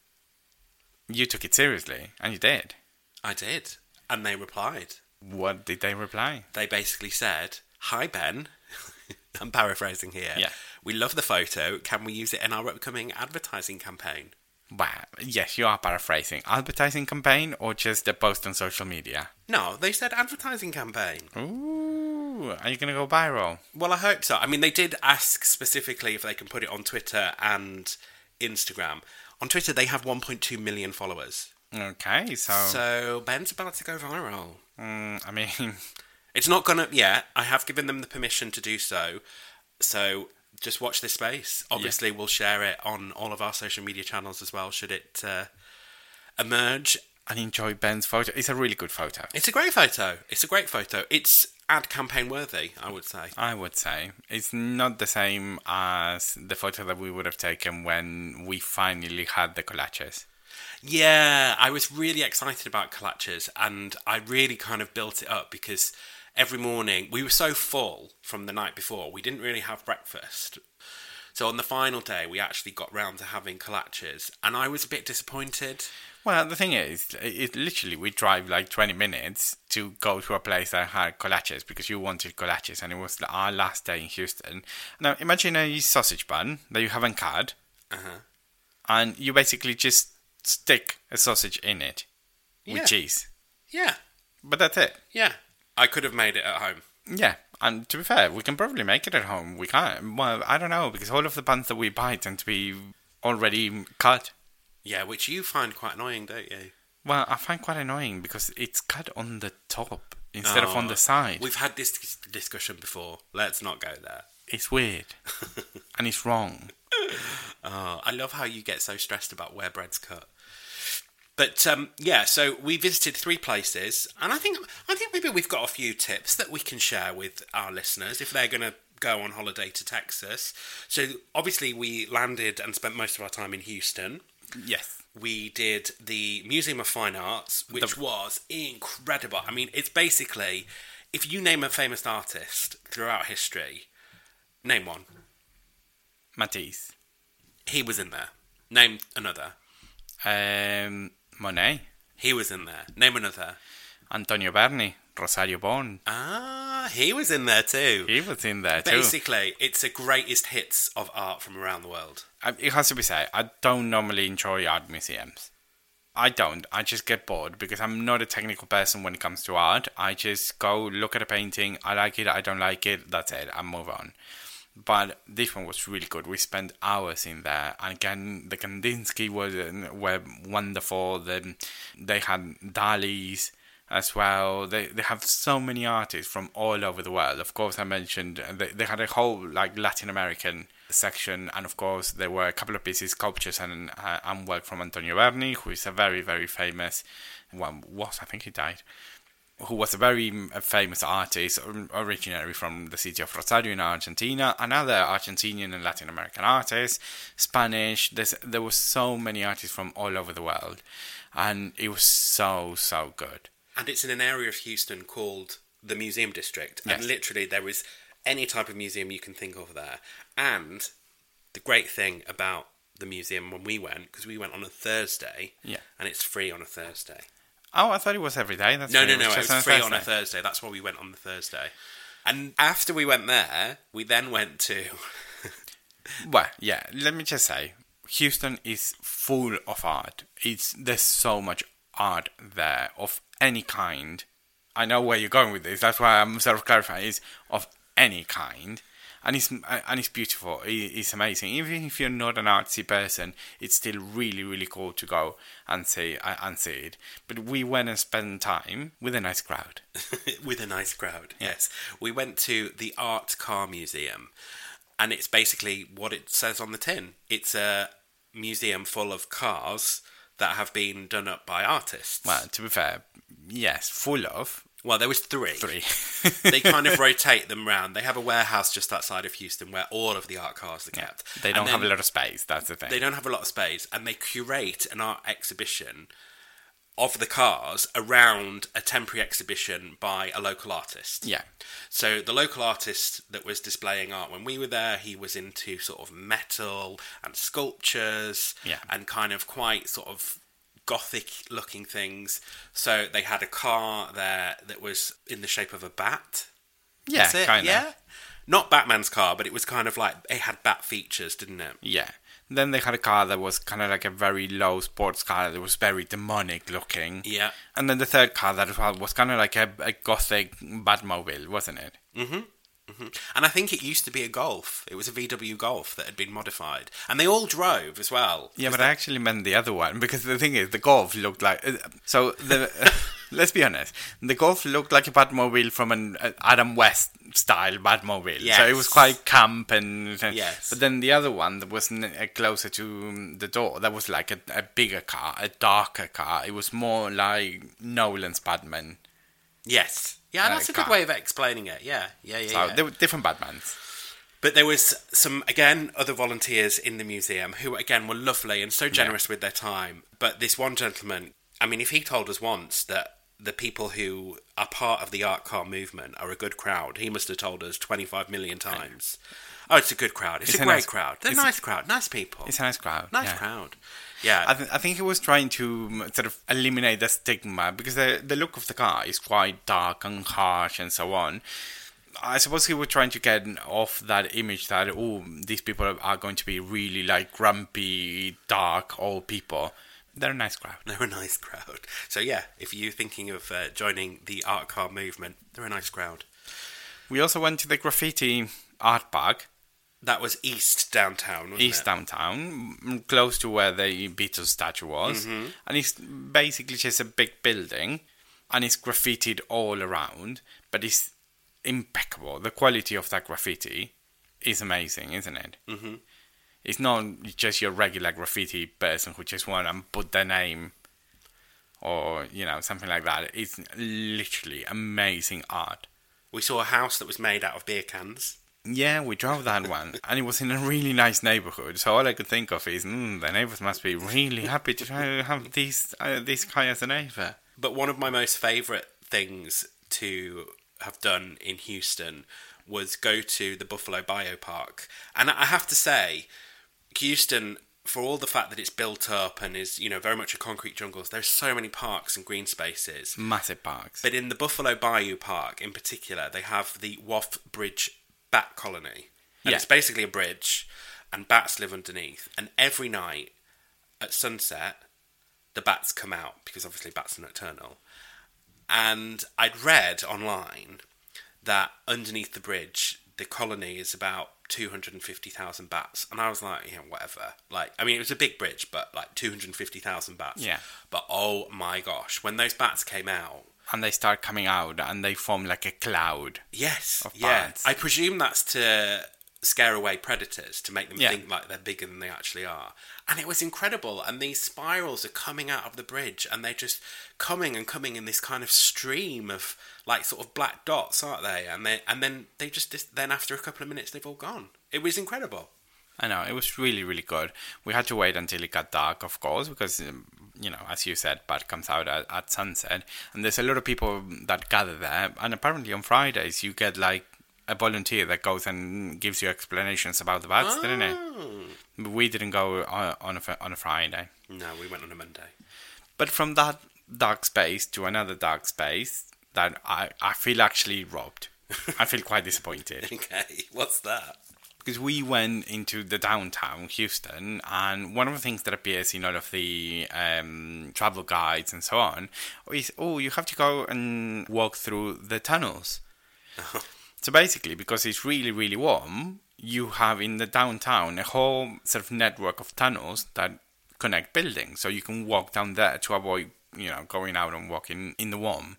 Speaker 2: You took it seriously and you did.
Speaker 1: I did. And they replied.
Speaker 2: What did they reply?
Speaker 1: they basically said, "Hi Ben." I'm paraphrasing here.
Speaker 2: Yeah.
Speaker 1: We love the photo. Can we use it in our upcoming advertising campaign?
Speaker 2: Wow, yes, you are paraphrasing. Advertising campaign or just a post on social media?
Speaker 1: No, they said advertising campaign.
Speaker 2: Ooh, are you going to go viral?
Speaker 1: Well, I hope so. I mean, they did ask specifically if they can put it on Twitter and Instagram. On Twitter, they have 1.2 million followers.
Speaker 2: Okay, so,
Speaker 1: Oh. So Ben's about to go viral.
Speaker 2: mm, I mean,
Speaker 1: It's not gonna. Yeah, I have given them the permission to do so. So just watch this space. Obviously, we'll share it on all of our social media channels as well. Should it uh, emerge,
Speaker 2: I enjoy Ben's photo. It's a really good photo.
Speaker 1: it's a great photo. It's a great photo. It's ad campaign worthy, I would say.
Speaker 2: I would say it's not the same as the photo that we would have taken when we finally had the collages.
Speaker 1: Yeah, I was really excited about Kalaches and I really kind of built it up because every morning we were so full from the night before, we didn't really have breakfast. So on the final day, we actually got round to having kolaches, and I was a bit disappointed.
Speaker 2: Well, the thing is, it, it literally we drive like 20 minutes to go to a place that had kolaches because you wanted kolaches, and it was our last day in Houston. Now imagine a sausage bun that you haven't cut,
Speaker 1: Uh-huh.
Speaker 2: and you basically just stick a sausage in it with
Speaker 1: Yeah.
Speaker 2: cheese.
Speaker 1: Yeah,
Speaker 2: But that's it.
Speaker 1: yeah. I could have made it at home.
Speaker 2: Yeah, and to be fair, we can probably make it at home. We can't. Well, I don't know because all of the buns that we buy tend to be already cut.
Speaker 1: Yeah, which you find quite annoying, don't you?
Speaker 2: Well, I find quite annoying because it's cut on the top instead of
Speaker 1: Oh,
Speaker 2: on the side.
Speaker 1: We've had this dis- discussion before. Let's not go there.
Speaker 2: It's weird, and it's wrong.
Speaker 1: Oh, I love how you get so stressed about where bread's cut. But um, yeah, so we visited three places, and I think I think maybe we've got a few tips that we can share with our listeners if they're going to go on holiday to Texas. So obviously, we landed and spent most of our time in Houston.
Speaker 2: Yes.
Speaker 1: We did the Museum of Fine Arts, which was incredible. I mean, it's basically if you name a famous artist throughout history, name one,
Speaker 2: Matisse,
Speaker 1: he was in there. Name another.
Speaker 2: um, Monet,
Speaker 1: He was in there. Name another.
Speaker 2: Antonio Berni, Rosario Bon.
Speaker 1: Ah, he was in there too.
Speaker 2: He was in there too.
Speaker 1: Basically, it's the greatest hits of art from around the world.
Speaker 2: I- It has to be said, I don't normally enjoy art museums. I don't. I just get bored because I'm not a technical person when it comes to art. I just go look at a painting. I like it. I don't like it. That's it. I move on. But this one was really good. We spent hours in there, and again, the Kandinsky was uh, were wonderful. Then they had Dali's as well. They they have so many artists from all over the world. Of course, I mentioned uh, they they had a whole like Latin American section, and of course there were a couple of pieces, sculptures, and uh, and work from Antonio Berni, who is a very very famous one. was I think he died who was a very mm, famous artist um, originally from the city of Rosario in Argentina, another Argentinian and Latin American artist, Spanish. There's, there were so many artists from all over the world, and it was so, so good.
Speaker 1: And it's in an area of Houston called the Museum District.
Speaker 2: Yes.
Speaker 1: And literally, there is any type of museum you can think of there. And the great thing about the museum when we went, because we went on a Thursday,
Speaker 2: Yeah.
Speaker 1: and it's free on a Thursday.
Speaker 2: Oh, I thought it was every day. That's
Speaker 1: No,
Speaker 2: when
Speaker 1: no, no. It
Speaker 2: just
Speaker 1: was free on a
Speaker 2: Thursday.
Speaker 1: Thursday. That's why we went on the Thursday. And after we went there, we then went to.
Speaker 2: Well, yeah, let me just say, Houston is full of art. It's there's so much art there of any kind. I know where you're going with this. That's why I'm sort of clarifying. It's of any kind, and it's and it's beautiful. It- It's amazing. Even if you're not an artsy person, it's still really really cool to go and see uh, and see it. But we went and spent time with a nice crowd.
Speaker 1: with a nice crowd. Yes, we went to the Art Car Museum, and it's basically what it says on the tin. It's a museum full of cars that have been done up by artists.
Speaker 2: Well, to be fair, yes, full of
Speaker 1: Well, there was three.
Speaker 2: three.
Speaker 1: they kind of rotate them round. They have a warehouse just outside of Houston where all of the art cars are kept.
Speaker 2: They
Speaker 1: And
Speaker 2: don't have a
Speaker 1: then-
Speaker 2: lot of space. That's the thing.
Speaker 1: they don't have a lot of space and they curate an art exhibition of the cars around a temporary exhibition by a local artist.
Speaker 2: Yeah.
Speaker 1: So the local artist that was displaying art when we were there, he was into sort of metal and sculptures
Speaker 2: Yeah.
Speaker 1: and kind of quite sort of gothic looking things. So they had a car there that was in the shape of a bat.
Speaker 2: Yeah,
Speaker 1: That's it,
Speaker 2: kinda.
Speaker 1: Yeah. Not Batman's car, but it was kind of like it had bat features, didn't it?
Speaker 2: Yeah. Then they had a car that was kind of like a very low sports car that was very demonic looking.
Speaker 1: Yeah.
Speaker 2: And then the third car that was- was kind of like a, a gothic Batmobile, wasn't it?
Speaker 1: And I think it used to be a Golf. It was a VW Golf that had been modified. And they all drove as well.
Speaker 2: Yeah, but I actually meant the other one because the thing is, the Golf looked like. uh, So the. uh, Let's be honest. The Golf looked like a Batmobile from an uh, Adam West style Batmobile. So it was
Speaker 1: Yes.
Speaker 2: quite camp and. and-
Speaker 1: Yes.
Speaker 2: But then the other one that was n- uh, closer to um, the door, that was like a, a bigger car, a darker car. It was more like Nolan's Batman.
Speaker 1: Yes. Yeah,
Speaker 2: Uh,
Speaker 1: that's a good
Speaker 2: car.
Speaker 1: way of explaining it. Yeah, yeah, yeah.
Speaker 2: So
Speaker 1: yeah.
Speaker 2: they were different Batmans.
Speaker 1: But there was some again other volunteers in the museum who again were lovely and so generous with their time. But this one gentleman, I mean, if he told us once that the people who are part of the art car movement are a good crowd, he must have told us twenty five million times. Oh, it's a good crowd. It's,
Speaker 2: It's
Speaker 1: a
Speaker 2: a
Speaker 1: great
Speaker 2: nice-
Speaker 1: crowd. They're a
Speaker 2: it's a-
Speaker 1: nice crowd. Nice people.
Speaker 2: It's a nice crowd.
Speaker 1: nice
Speaker 2: yeah.
Speaker 1: crowd. Yeah.
Speaker 2: I, th- I think he was trying to um, sort of eliminate the stigma because the, the look of the car is quite dark and harsh and so on. I suppose he was trying to get off that image that, oh, these people are going to be really like grumpy, dark, old people. They're a nice crowd.
Speaker 1: they're a nice crowd. So yeah, if you're thinking of uh, joining the art car movement, they're a nice crowd.
Speaker 2: We also went to the graffiti art park,
Speaker 1: That was East downtown. Wasn't
Speaker 2: east
Speaker 1: it?
Speaker 2: downtown, m- close to where the Beatles statue was.
Speaker 1: Mm-hmm.
Speaker 2: And it's basically just a big building and it's graffitied all around, but it's impeccable. The quality of that graffiti is amazing, isn't it? Mm-hmm. It's not just your regular graffiti person who just went and put their name or, you know, something like that. It's literally amazing art.
Speaker 1: We saw a house that was made out of beer cans.
Speaker 2: Yeah, we drove that one, and it was in a really nice neighborhood. So all I could think of is, mm, the neighbors must be really happy to try to have these uh, this guy as a neighbor.
Speaker 1: But one of my most favourite things to have done in Houston was go to the Buffalo Biopark. And I have to say, Houston, for all the fact that it's built up and is, you know, very much a concrete jungle, there's so many parks and green spaces.
Speaker 2: Massive parks.
Speaker 1: But in the Buffalo Bayou Park in particular, they have the Waff Bridge Bat Colony. And
Speaker 2: Yeah.
Speaker 1: it's basically a bridge, and bats live underneath. And every night at sunset, the bats come out because obviously bats are nocturnal. And I'd read online that underneath the bridge, the colony is about 250,000 bats. And I was like, yeah, whatever. Like, I mean, it was a big bridge, but like 250,000 bats.
Speaker 2: Yeah.
Speaker 1: But oh my gosh, when those bats came out,
Speaker 2: and they start coming out, and they form like a cloud.
Speaker 1: Yes.
Speaker 2: of
Speaker 1: yeah.
Speaker 2: bats.
Speaker 1: I presume that's to scare away predators to make them
Speaker 2: Yeah.
Speaker 1: think like they're bigger than they actually are. And it was incredible. And these spirals are coming out of the bridge and they're just coming and coming in this kind of stream of like sort of black dots, aren't they? And they and then they just dis- then after a couple of minutes they've all gone. It was incredible.
Speaker 2: I know it was really, really good. We had to wait until it got dark, of course, because um, you know, as you said, Bud comes out at, at sunset, and there's a lot of people that gather there. And apparently on Fridays, you get like a volunteer that goes and gives you explanations about the bats, didn't it? We didn't go on, on, a, fr- on a Friday.
Speaker 1: No, we went on a Monday.
Speaker 2: But from that dark space to another dark space, that I, I feel actually robbed. I feel quite disappointed
Speaker 1: Okay. What's that?
Speaker 2: because we went into the downtown Houston, and one of the things that appears in all of the um, travel guides and so on is oh, you have to go and walk through the tunnels. so basically, because it's really, really warm, you have in the downtown a whole sort of network of tunnels that connect buildings, so you can walk down there to avoid you know going out and walking in the warm.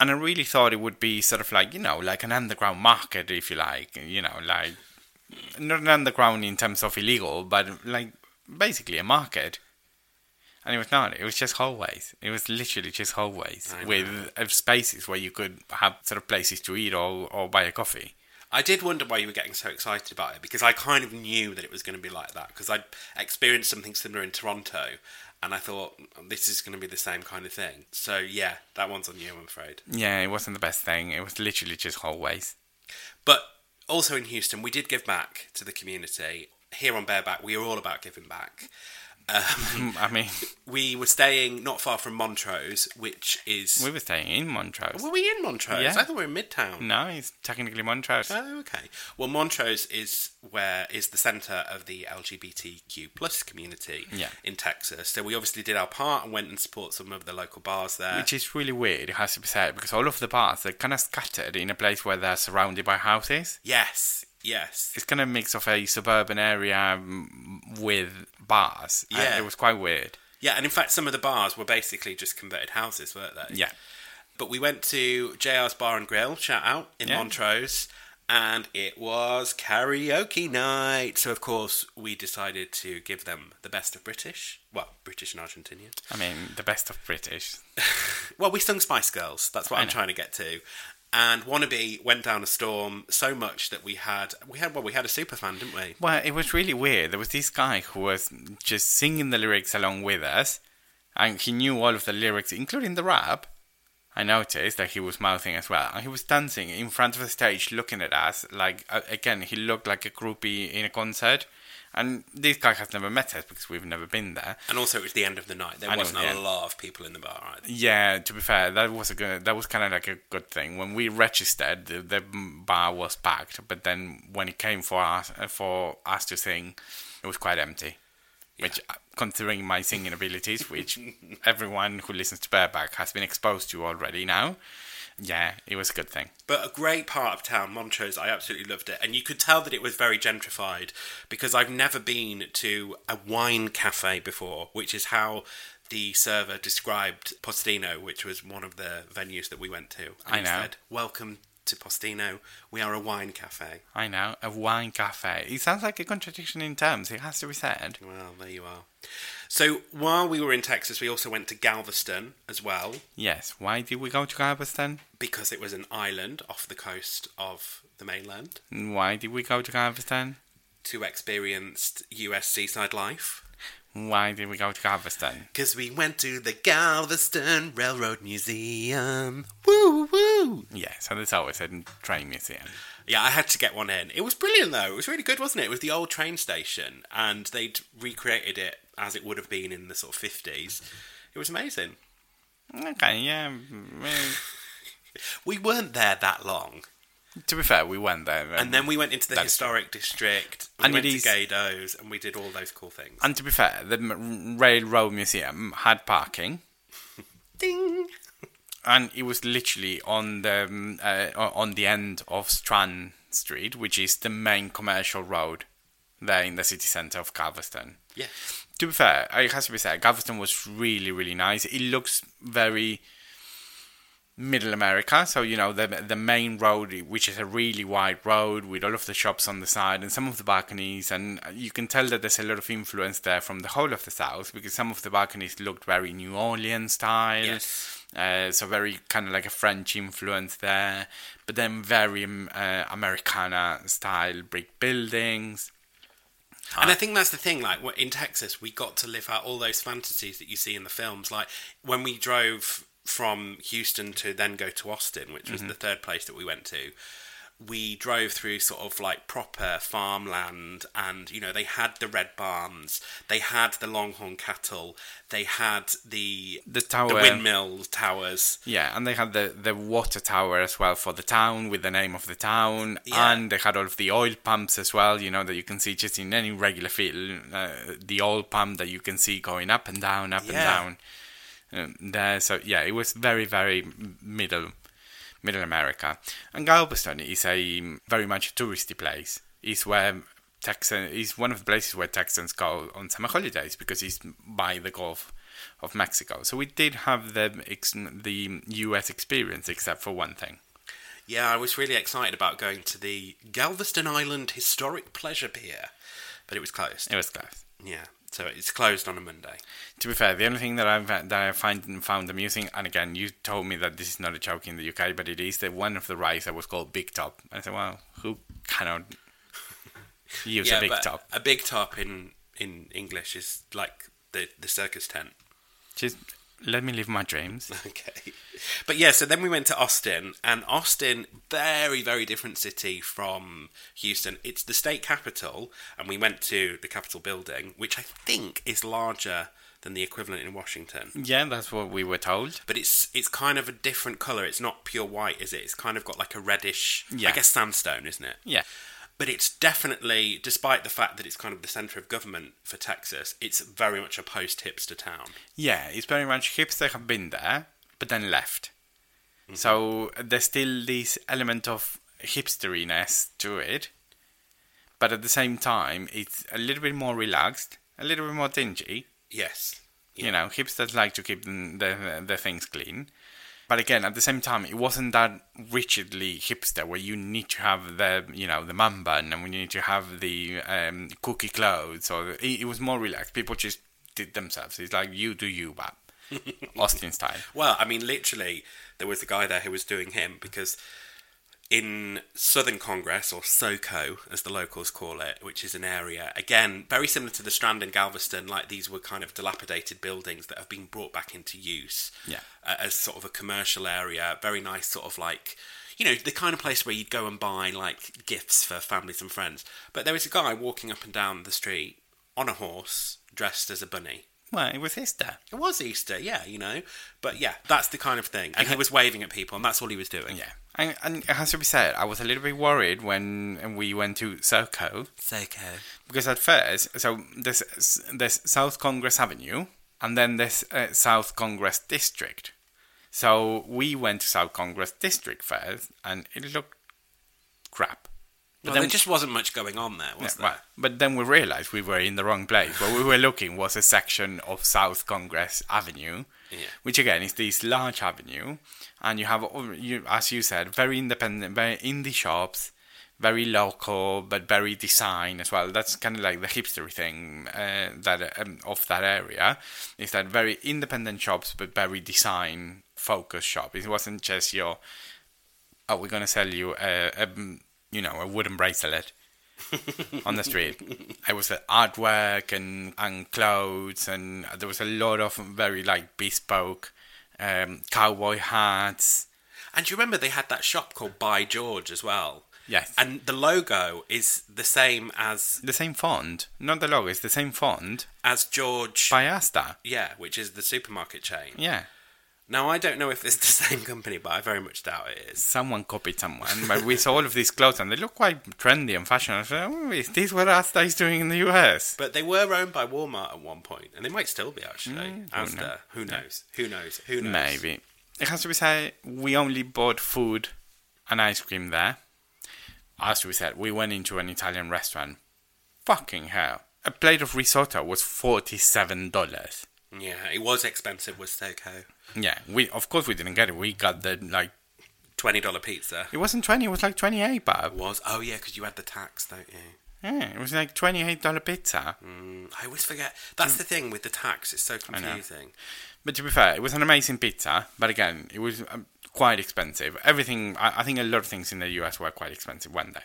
Speaker 2: And I really thought it would be sort of like, you know, like an underground market, if you like, you know, like not an underground in terms of illegal, but like basically a market. And it was not, it was just hallways. It was literally just hallways
Speaker 1: I know.
Speaker 2: with uh, spaces where you could have sort of places to eat or, or buy a coffee.
Speaker 1: I did wonder why you were getting so excited about it because I kind of knew that it was going to be like that because I'd experienced something similar in Toronto and I thought this is going to be the same kind of thing. So yeah, that one's on you, I'm afraid.
Speaker 2: Yeah, it wasn't the best thing. It was literally just hallways.
Speaker 1: But also in Houston, we did give back to the community. Here on Bareback, we are all about giving back. Um,
Speaker 2: I mean,
Speaker 1: we were staying not far from Montrose, which is.
Speaker 2: we were staying in Montrose.
Speaker 1: Were we in Montrose?
Speaker 2: Yeah.
Speaker 1: I thought we were in Midtown.
Speaker 2: No, it's technically Montrose.
Speaker 1: Oh, okay. Well, Montrose is where is the center of the LGBTQ plus community
Speaker 2: Yeah.
Speaker 1: in Texas. So we obviously did our part and went and support some of the local bars there.
Speaker 2: Which is really weird, it has to be said, because all of the bars are kind of scattered in a place where they're surrounded by houses.
Speaker 1: yes, yes,
Speaker 2: It's kind of a mix of a suburban area mm, with bars. and
Speaker 1: Yeah.
Speaker 2: it was quite weird.
Speaker 1: yeah. And in fact, some of the bars were basically just converted houses, weren't they?
Speaker 2: Yeah.
Speaker 1: But we went to JR's Bar and Grill, shout out, in
Speaker 2: Yeah.
Speaker 1: Montrose, and it was karaoke night. So, of course, we decided to give them the best of British, well, British and Argentinian.
Speaker 2: I mean, the best of British.
Speaker 1: Well, we sung Spice Girls. That's what
Speaker 2: I
Speaker 1: I'm
Speaker 2: know.
Speaker 1: trying to get to. And Wannabe went down a storm so much that we had we had well we had a super fan, didn't we?
Speaker 2: Well, it was really weird. There was this guy who was just singing the lyrics along with us, and he knew all of the lyrics, including the rap. I noticed that he was mouthing as well. And he was dancing in front of the stage looking at us. Like, uh, again, he looked like a groupie in a concert. And this guy has never met us because we've never been there.
Speaker 1: And also, it was the end of the night. There
Speaker 2: I know,
Speaker 1: wasn't
Speaker 2: yeah.
Speaker 1: a lot of people in the bar either.
Speaker 2: Yeah, to be fair, that was a good, that was kind of like a good thing. When we registered, the, the bar was packed, but then when it came for us uh, for us to sing, it was quite empty. Which, uh, considering my singing abilities, which everyone who listens to Bareback has been exposed to already now, yeah, it was a good thing.
Speaker 1: But a great part of town, Montrose, I absolutely loved it. And you could tell that it was very gentrified because I've never been to a wine cafe before, which is how the server described Postino, which was one of the venues that we went to. And
Speaker 2: I
Speaker 1: he
Speaker 2: know.
Speaker 1: said, Welcome to Postino. We are a wine cafe.
Speaker 2: I know a wine cafe. It sounds like a contradiction in terms. It has to be said.
Speaker 1: Well, there you are. So while we were in Texas, we also went to Galveston as well
Speaker 2: Yes. Why did we go to Galveston?
Speaker 1: because it was an island off the coast of the mainland
Speaker 2: Why did we go to Galveston?
Speaker 1: to experience US seaside life.
Speaker 2: Why did we go to Galveston?
Speaker 1: Because we went to the Galveston Railroad Museum. Woo woo!
Speaker 2: Yeah, so there's always a train museum.
Speaker 1: Yeah, I had to get one in. It was brilliant though. It was really good, wasn't it? It was the old train station and they'd recreated it as it would have been in the sort of 50s. It was amazing.
Speaker 2: Okay, yeah. mm,
Speaker 1: We weren't there that long.
Speaker 2: To be fair, we went there. um,
Speaker 1: And then we went into the
Speaker 2: That's-
Speaker 1: historic district. We
Speaker 2: And
Speaker 1: went
Speaker 2: it
Speaker 1: to
Speaker 2: is-
Speaker 1: Gado's and we did all those cool things.
Speaker 2: and to be fair, the m- railroad museum had parking,
Speaker 1: Ding!
Speaker 2: and it was literally on the um, uh, o- on the end of Strand Street, which is the main commercial road there in the city centre of Galveston.
Speaker 1: Yeah.
Speaker 2: to be fair, it has to be said, Galveston was really, really nice. It looks very middle America. So, you know, the the main road, which is a really wide road with all of the shops on the side and some of the balconies. And you can tell that there's a lot of influence there from the whole of the South because some of the balconies looked very New Orleans style.
Speaker 1: Yes.
Speaker 2: Uh, so very kind of like a French influence there, but then very um, uh, Americana style brick buildings.
Speaker 1: And I think that's the thing. Like what- in Texas, we got to live out all those fantasies that you see in the films. Like when we drove from Houston to then go to Austin, which
Speaker 2: Mm-hmm.
Speaker 1: was the third place that we went to. We drove through sort of like proper farmland, and you know they had the red barns, they had the longhorn cattle, they had the
Speaker 2: The tower.
Speaker 1: the windmill towers.
Speaker 2: Yeah, and they had the, the water tower as well for the town with the name of the town,
Speaker 1: Yeah.
Speaker 2: and they had all of the oil pumps as well. You know that you can see just in any regular field, uh, the oil pump that you can see going up and down, up
Speaker 1: Yeah.
Speaker 2: and down um, there. So yeah, it was very very middle middle America, and Galveston is a um, very much a touristy place. It's where Texan is one of the places where Texans go on summer holidays because it's by the Gulf of Mexico. So we did have the ex- the U.S. experience, except for one thing.
Speaker 1: Yeah, I was really excited about going to the Galveston Island Historic Pleasure Pier, but it was closed.
Speaker 2: It was close.
Speaker 1: Yeah, so it's closed on a Monday.
Speaker 2: To be fair, the only thing that I that I find found amusing, and again, you told me that this is not a joke in the UK, but it is that one of the rides that was called Big Top. I said, well, who cannot use a big top?
Speaker 1: A big top in in English is like the the circus tent.
Speaker 2: Just let me live my dreams.
Speaker 1: Okay. But yeah, so then we went to Austin, and Austin, very, very different city from Houston. It's the state capital, and we went to the Capitol building, which I think is larger than the equivalent in Washington.
Speaker 2: Yeah, that's what we were told.
Speaker 1: But it's it's kind of a different colour. It's not pure white, is it? It's kind of got like a reddish
Speaker 2: Yeah.
Speaker 1: I guess sandstone, isn't it?
Speaker 2: Yeah.
Speaker 1: But it's definitely, despite the fact that it's kind of the centre of government for Texas, it's very much a post hipster town.
Speaker 2: Yeah, it's very much hipster have been there, but then left. So there's still this element of hipsteriness to it, but at the same time, it's a little bit more relaxed, a little bit more dingy.
Speaker 1: Yes.
Speaker 2: You know, hipsters like to keep them, their, their things clean. But again, at the same time, it wasn't that rigidly hipster where you need to have the, you know, the man bun and we need to have the um, cookie clothes. Or it, it was more relaxed. People just did themselves. It's like you do you, but Austin style.
Speaker 1: Well, I mean, literally, there was a guy there who was doing him because in Southern Congress, or SoCo as the locals call it, which is an area, again, very similar to the Strand in Galveston, like these were kind of dilapidated buildings that have been brought back into use
Speaker 2: Yeah.
Speaker 1: uh, as sort of a commercial area. Very nice, sort of like, you know, the kind of place where you'd go and buy like gifts for families and friends. But there was a guy walking up and down the street on a horse dressed as a bunny.
Speaker 2: Well, it was Easter.
Speaker 1: It was Easter, yeah, you know. But yeah, that's the kind of thing. And he was waving at people, and that's all he was doing.
Speaker 2: Yeah. And, and it has to be said, I was a little bit worried when we went to Soho
Speaker 1: Soco.
Speaker 2: because at first, so there's there's South Congress Avenue, and then there's uh, South Congress District. So we went to South Congress District first, and it looked crap.
Speaker 1: But
Speaker 2: then-
Speaker 1: there just wasn't much going on there, was
Speaker 2: Yeah,
Speaker 1: there?
Speaker 2: right. But then we realized we were in the wrong place. What we were looking was a section of South Congress Avenue,
Speaker 1: Yeah.
Speaker 2: which again is this large avenue, and you have, all- you, as you said, very independent, very indie shops, very local, but very design as well. That's kind of like the hipstery thing uh, that um, of that area is that very independent shops, but very design focused shop. It wasn't just your oh, we're gonna sell you a, a you know a wooden bracelet on the street. It was uh, artwork and and clothes, and there was a lot of very like bespoke um, cowboy hats.
Speaker 1: And do you remember they had that shop called By George as well?
Speaker 2: Yes.
Speaker 1: And the logo is the same as
Speaker 2: The same font, not the logo. It's the same font
Speaker 1: as George.
Speaker 2: by Asta.
Speaker 1: yeah, which is the supermarket chain.
Speaker 2: Yeah,
Speaker 1: Now I don't know if it's the same company, but I very much doubt it is.
Speaker 2: someone copied someone, but we saw all of these clothes, and they look quite trendy and fashionable. I said, "Oh, is this what Asta is doing in the US?
Speaker 1: But they were owned by Walmart at one point, and they might still be actually.
Speaker 2: Mm,
Speaker 1: Asda, who knows? Who knows? Who knows?
Speaker 2: Maybe. It has to be said, we only bought food and ice cream there. As we said, we went into an Italian restaurant. Fucking hell. A plate of risotto was $47.
Speaker 1: Yeah, it was expensive with Soco.
Speaker 2: Yeah, we of course we didn't get it. We got the like
Speaker 1: Twenty dollar pizza
Speaker 2: it wasn't 20, it was like 28 baht.
Speaker 1: was. Oh yeah, because you had the tax, don't you?
Speaker 2: Yeah, it was like $28 pizza.
Speaker 1: Mm, I always forget. That's the thing with the tax. It's so
Speaker 2: know.
Speaker 1: confusing.
Speaker 2: But to be fair, it was an amazing pizza, but again, it was um, quite expensive. Everything I, I think a lot of things in the US were quite expensive, weren't they?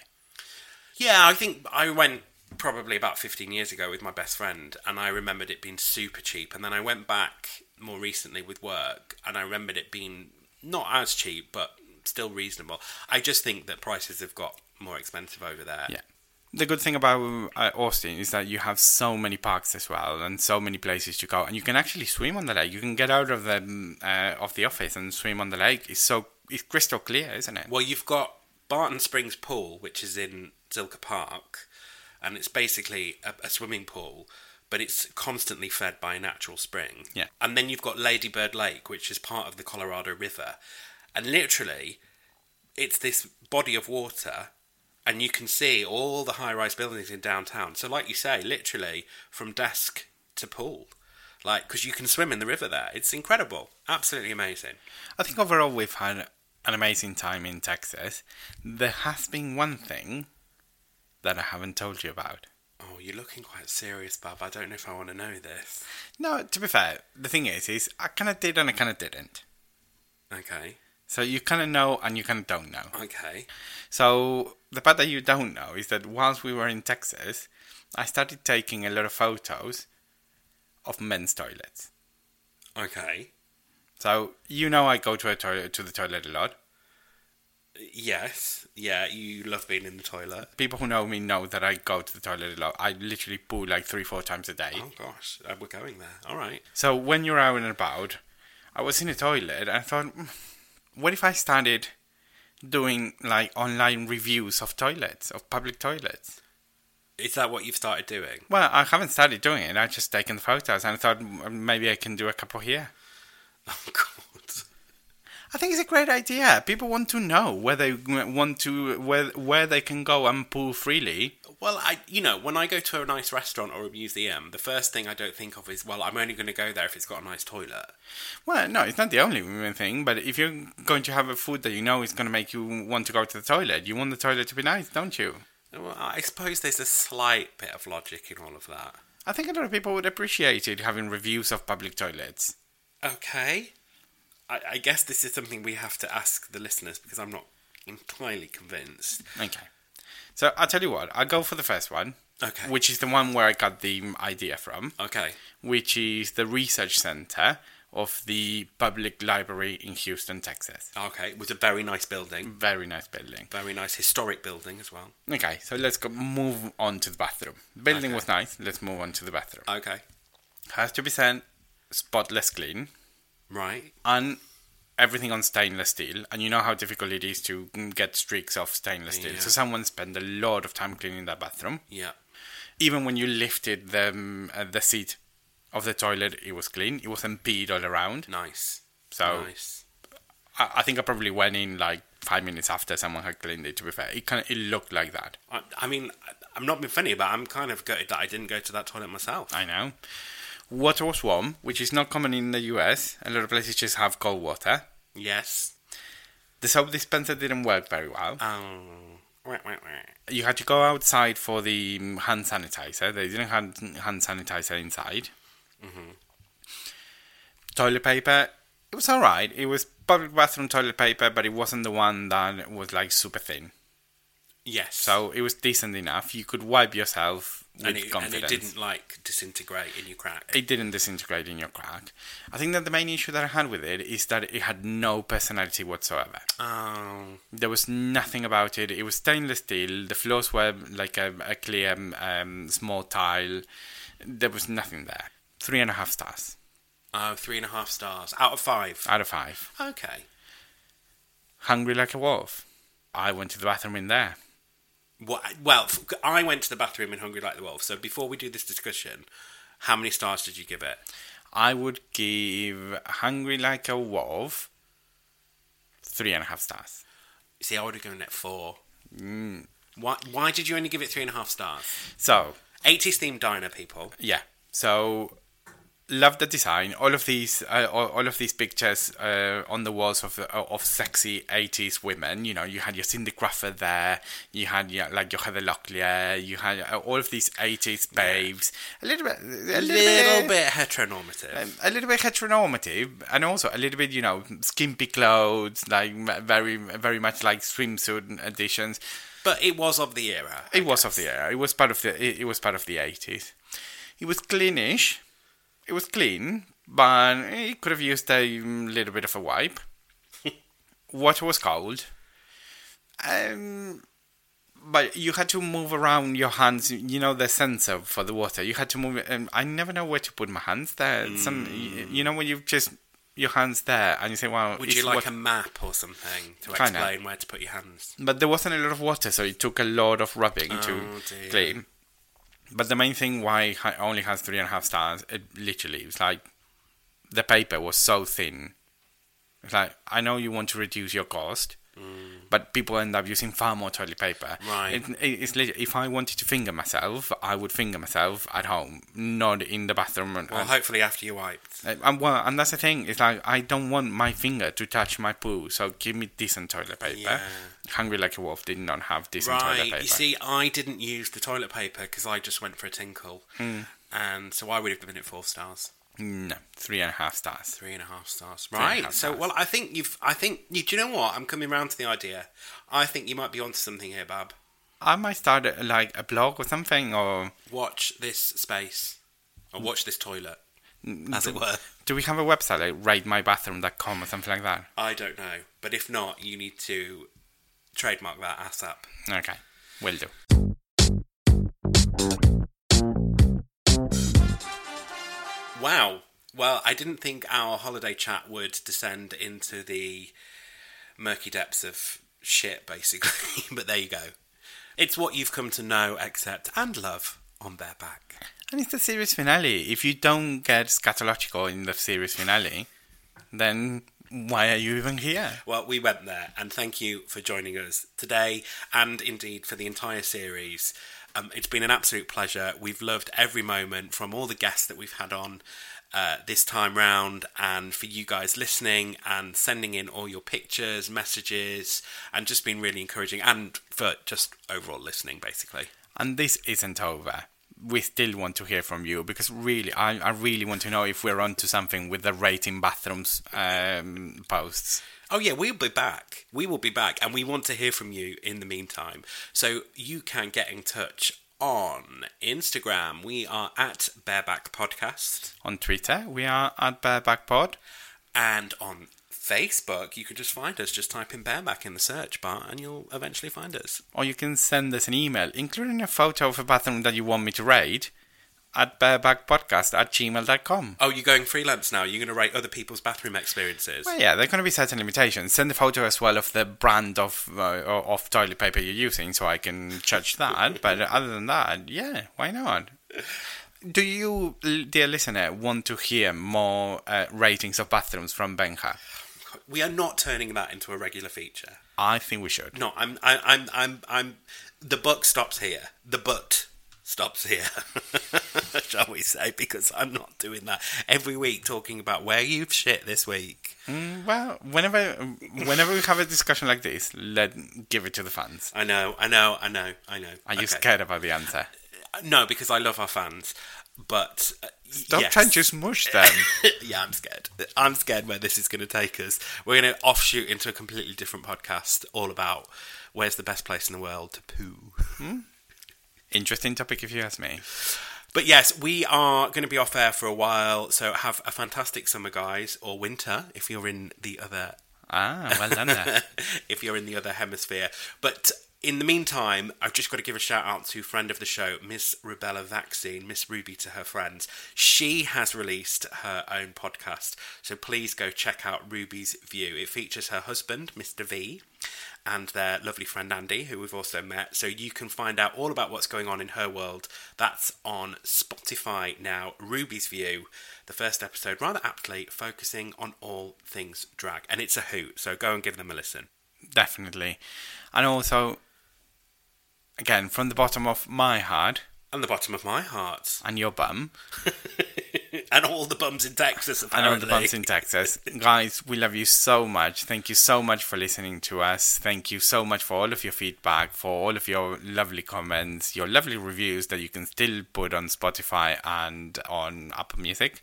Speaker 1: Yeah, I think I went probably about 15 years ago with my best friend, and I remembered it being super cheap. And then I went back more recently with work, and I remembered it being not as cheap, but still reasonable. I just think that prices have got more expensive over there.
Speaker 2: Yeah. The good thing about uh, Austin is that you have so many parks as well, and so many places to go, and you can actually swim on the lake. You can get out of the mm, uh, of the office and swim on the lake. It's so it's crystal clear, isn't it?
Speaker 1: Well, you've got Barton Springs Pool, which is in Zilka Park, and it's basically a, a swimming pool, but it's constantly fed by a natural spring.
Speaker 2: Yeah.
Speaker 1: And then you've got Ladybird Lake, which is part of the Colorado River. And literally, it's this body of water, and you can see all the high rise buildings in downtown. So, like you say, literally from desk to pool. Like, because you can swim in the river there. It's incredible. Absolutely amazing.
Speaker 2: I think overall we've had an amazing time in Texas. There has been one thing that I haven't told you about.
Speaker 1: Oh, you're looking quite serious, Bob. I don't know if I want to know this.
Speaker 2: No, to be fair, the thing is, is I kind of did and I kind of didn't.
Speaker 1: Okay,
Speaker 2: So you kind of know and you kind of don't know.
Speaker 1: okay.
Speaker 2: So the part that you don't know is that whilst we were in Texas, I started taking a lot of photos of men's toilets.
Speaker 1: Okay.
Speaker 2: So you know I go to a toilet to the toilet a lot.
Speaker 1: Yes. Yeah, you love being in the toilet.
Speaker 2: People who know me know that I go to the toilet a lot. I literally poo like three, four times a day.
Speaker 1: Oh, gosh. Uh, We're going there. All right.
Speaker 2: So when you're out and about, I was in a toilet and I thought, "Mm, what if I started doing like online reviews of toilets, of public toilets?
Speaker 1: Is that what you've started doing?
Speaker 2: Well, I haven't started doing it. I've just taken the photos and I thought "Mm, maybe I can do a couple here.
Speaker 1: Oh, God.
Speaker 2: I think it's a great idea. People want to know where they want to where where they can go and poo freely.
Speaker 1: Well, I, you know, when I go to a nice restaurant or a museum, the first thing I don't think of is, well, I'm only going to go there if it's got a nice toilet.
Speaker 2: Well, no, it's not the only thing, but if you're going to have a food that you know is going to make you want to go to the toilet, you want the toilet to be nice, don't you?
Speaker 1: Well, I suppose there's a slight bit of logic in all of that.
Speaker 2: I think a lot of people would appreciate it having reviews of public toilets.
Speaker 1: Okay. I, I guess this is something we have to ask the listeners because I'm not entirely convinced.
Speaker 2: Okay. So I'll tell you what, I'll go for the first one.
Speaker 1: Okay.
Speaker 2: Which is the one where I got the idea from,
Speaker 1: Okay.
Speaker 2: which is the research center of the public library in Houston, Texas.
Speaker 1: Okay. It was a very nice building.
Speaker 2: Very nice building.
Speaker 1: Very nice historic building as well.
Speaker 2: Okay, so let's go move on to the bathroom. Building
Speaker 1: Okay.
Speaker 2: was nice, let's move on to the bathroom.
Speaker 1: Okay.
Speaker 2: Has to be said, spotless clean,
Speaker 1: Right.
Speaker 2: and everything on stainless steel. And you know how difficult it is to get streaks off stainless steel.
Speaker 1: Yeah.
Speaker 2: So someone spent a lot of time cleaning that bathroom.
Speaker 1: Yeah.
Speaker 2: even when you lifted the um, uh, the seat of the toilet, it was clean. It wasn't peed all around.
Speaker 1: Nice.
Speaker 2: So-
Speaker 1: nice.
Speaker 2: I, I think I probably went in like five minutes after someone had cleaned it. To be fair, it kind of it looked like that.
Speaker 1: I, I mean, I- I'm not being funny, but I'm kind of gutted that I didn't go to that toilet myself.
Speaker 2: I know. Water was warm, which is not common in the US. A lot of places just have cold water.
Speaker 1: yes.
Speaker 2: The soap dispenser didn't work very well.
Speaker 1: Um. Wah, wah, wah.
Speaker 2: You had to go outside for the um, hand sanitizer. They didn't have hand sanitizer inside.
Speaker 1: Mm-hmm.
Speaker 2: Toilet paper, it was alright. It was public bathroom toilet paper, but it wasn't the one that was like super thin.
Speaker 1: Yes.
Speaker 2: So it was decent enough. You could wipe yourself with
Speaker 1: and it, and
Speaker 2: confidence.
Speaker 1: it didn't like disintegrate in your crack.
Speaker 2: It didn't disintegrate in your crack. I think that the main issue that I had with it is that it had no personality whatsoever.
Speaker 1: Um.
Speaker 2: There was nothing about it. It was stainless steel. The floors were like a, a clear um, small tile. There was nothing there. Three and a half stars
Speaker 1: Uh, three and a half stars out of five.
Speaker 2: out of five.
Speaker 1: Okay.
Speaker 2: Hungry like a wolf. I went to the bathroom in there.
Speaker 1: What, well, f- I went to the bathroom in Hungry Like the Wolf. So before we do this discussion, how many stars did you give it?
Speaker 2: I would give Hungry Like a Wolf three and a half stars.
Speaker 1: See, I would have given it four.
Speaker 2: Mm.
Speaker 1: Why? Why did you only give it three and a half stars?
Speaker 2: So,
Speaker 1: 80s themed diner, people.
Speaker 2: yeah. So, love the design. All of these, uh, all all of these pictures uh, on the walls of of sexy '80s women. You know, you had your Cindy Crawford there. You had your, like your Heather Locklear. You had uh, all of these '80s babes. A little bit, a little,
Speaker 1: A little bit heteronormative.
Speaker 2: um, a little bit heteronormative and also a little bit you know skimpy clothes like m- very very much like swimsuit editions
Speaker 1: but it was of the era.
Speaker 2: it was of the era it was part of the it, it was part of the 80s it was cleanish it was clean but it could have used a mm, little bit of a wipe water was cold um but you had to move around your hands. You know the sensor for the water. You had to move. it, And I never know where to put my hands. There, some. y- You know when you just your hands there, and you say, "Well,
Speaker 1: Mm. Would
Speaker 2: it's
Speaker 1: you like
Speaker 2: wat-
Speaker 1: a map or something to
Speaker 2: Kinda.
Speaker 1: explain where to put your hands?
Speaker 2: But there wasn't a lot of water, so it took a lot of rubbing
Speaker 1: Oh,
Speaker 2: to
Speaker 1: dear.
Speaker 2: clean. But the main thing why it ha- only has three and a half stars, it literally it was like the paper was so thin. It's like I know you want to reduce your cost, but people end up using far more toilet paper.
Speaker 1: Mm. Right.
Speaker 2: It, it- it's lit- if I wanted to finger myself, I would finger myself at home, not in the bathroom. And,
Speaker 1: Well, hopefully after you wiped.
Speaker 2: Uh, and- and- well, and that's the thing. It's like I don't want my finger to touch my poo, so give me decent toilet paper.
Speaker 1: Yeah.
Speaker 2: Hungry like a wolf did not have decent toilet
Speaker 1: Right.
Speaker 2: paper.
Speaker 1: You see, I didn't use the toilet paper because I just went for a tinkle.
Speaker 2: Hmm.
Speaker 1: And so I would have given it four stars.
Speaker 2: No, three and a half stars.
Speaker 1: Three and a half stars.
Speaker 2: and a
Speaker 1: Right.
Speaker 2: half
Speaker 1: so,
Speaker 2: stars.
Speaker 1: well, I think you've. I think. You, do you know what? I'm coming round to the idea. I think you might be onto something here, Bab.
Speaker 2: I might start uh, like a blog or something, or
Speaker 1: Watch this space. Or
Speaker 2: Mm.
Speaker 1: watch this toilet. As it were.
Speaker 2: do we have a website like ratemybathroom.com or something like that?
Speaker 1: I don't know. But if not, you need to trademark that ASAP.
Speaker 2: Okay, will do.
Speaker 1: Wow. Well, I didn't think our holiday chat would descend into the murky depths of shit, basically. but there you go. It's what you've come to know, accept, and love on bareback.
Speaker 2: And it's the series finale. If you don't get scatological in the series finale, then why are you even here?
Speaker 1: Well, we went there, and thank you for joining us today and indeed for the entire series. Um, it's been an absolute pleasure. We've loved every moment from all the guests that we've had on uh, this time round, and for you guys listening and sending in all your pictures, messages, and just been really encouraging, and for just overall listening, basically.
Speaker 2: And this isn't over. We still want to hear from you because really, I, I really want to know if we're onto something with the rating bathrooms um, posts.
Speaker 1: Oh, yeah, we'll be back. We will be back, and we want to hear from you in the meantime. So you can get in touch on Instagram. We are at Bareback Podcast,
Speaker 2: On Twitter, we are at Bareback Pod.
Speaker 1: and on Facebook, you can just find us. Just type in Bareback in the search bar, and you'll eventually find us.
Speaker 2: or you can send us an email, including a photo of a bathroom that you want me to raid, at barebackpodcast at gmail.com.
Speaker 1: Oh, you're going freelance now. You're going to rate other people's bathroom experiences.
Speaker 2: Well, yeah, there are going to be certain limitations. Send a photo as well of the brand of uh, or- of toilet paper you're using, so I can judge that. but other than that, yeah, why not? Do you, l- dear listener, want to hear more uh, ratings of bathrooms from Benja?
Speaker 1: We are not turning that into a regular feature.
Speaker 2: I think we should.
Speaker 1: No, I'm, I, I'm, I'm, I'm. The book stops here. The butt stops here, shall we say? Because I'm not doing that every week, talking about where you've shit this week.
Speaker 2: Mm, well, whenever whenever we have a discussion like this, let give it to the fans.
Speaker 1: I know, I know, I know, I know.
Speaker 2: Are you
Speaker 1: Okay. Uh,
Speaker 2: scared about the answer?
Speaker 1: No, because I love our fans, but uh,
Speaker 2: Stop
Speaker 1: yes.
Speaker 2: trying to smush them.
Speaker 1: yeah, I'm scared. I'm scared where this is going to take us. We're going to offshoot into a completely different podcast all about where's the best place in the world to poo.
Speaker 2: Interesting topic, if you ask me.
Speaker 1: But yes, we are going to be off air for a while, so have a fantastic summer, guys, or winter if you're in the other
Speaker 2: Ah, well done there.
Speaker 1: if you're in the other hemisphere. But in the meantime, I've just got to give a shout out to friend of the show, Miss Rubella Vaccine, Miss Ruby to her friends. She has released her own podcast, so please go check out Ruby's View. It features her husband, Mr. V. And their lovely friend Andy, who we've also met. So you can find out all about what's going on in her world. That's on Spotify now, Ruby's View the first episode rather aptly focusing on all things drag and it's a hoot so go and give them a listen
Speaker 2: Definitely. And also, again, from the bottom of my heart
Speaker 1: and the bottom of my heart
Speaker 2: and your bum,
Speaker 1: and all the bums in texas
Speaker 2: and
Speaker 1: apparently.
Speaker 2: all the bums in Texas, guys, we love you so much. Thank you so much for listening to us. Thank you so much for all of your feedback, for all of your lovely comments, your lovely reviews that you can still put on Spotify and on Apple Music.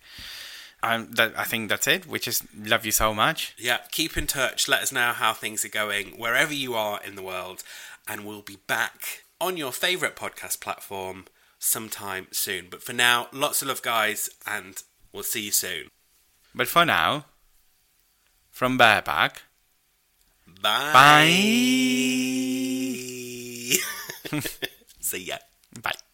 Speaker 2: Um, that, I think that's it. We just love you so much.
Speaker 1: yeah keep in touch let us know how things are going wherever you are in the world and we'll be back on your favorite podcast platform sometime soon but for now lots of love guys and we'll see you soon
Speaker 2: But for now, from Bareback.
Speaker 1: bye
Speaker 2: Bye.
Speaker 1: see ya
Speaker 2: Bye.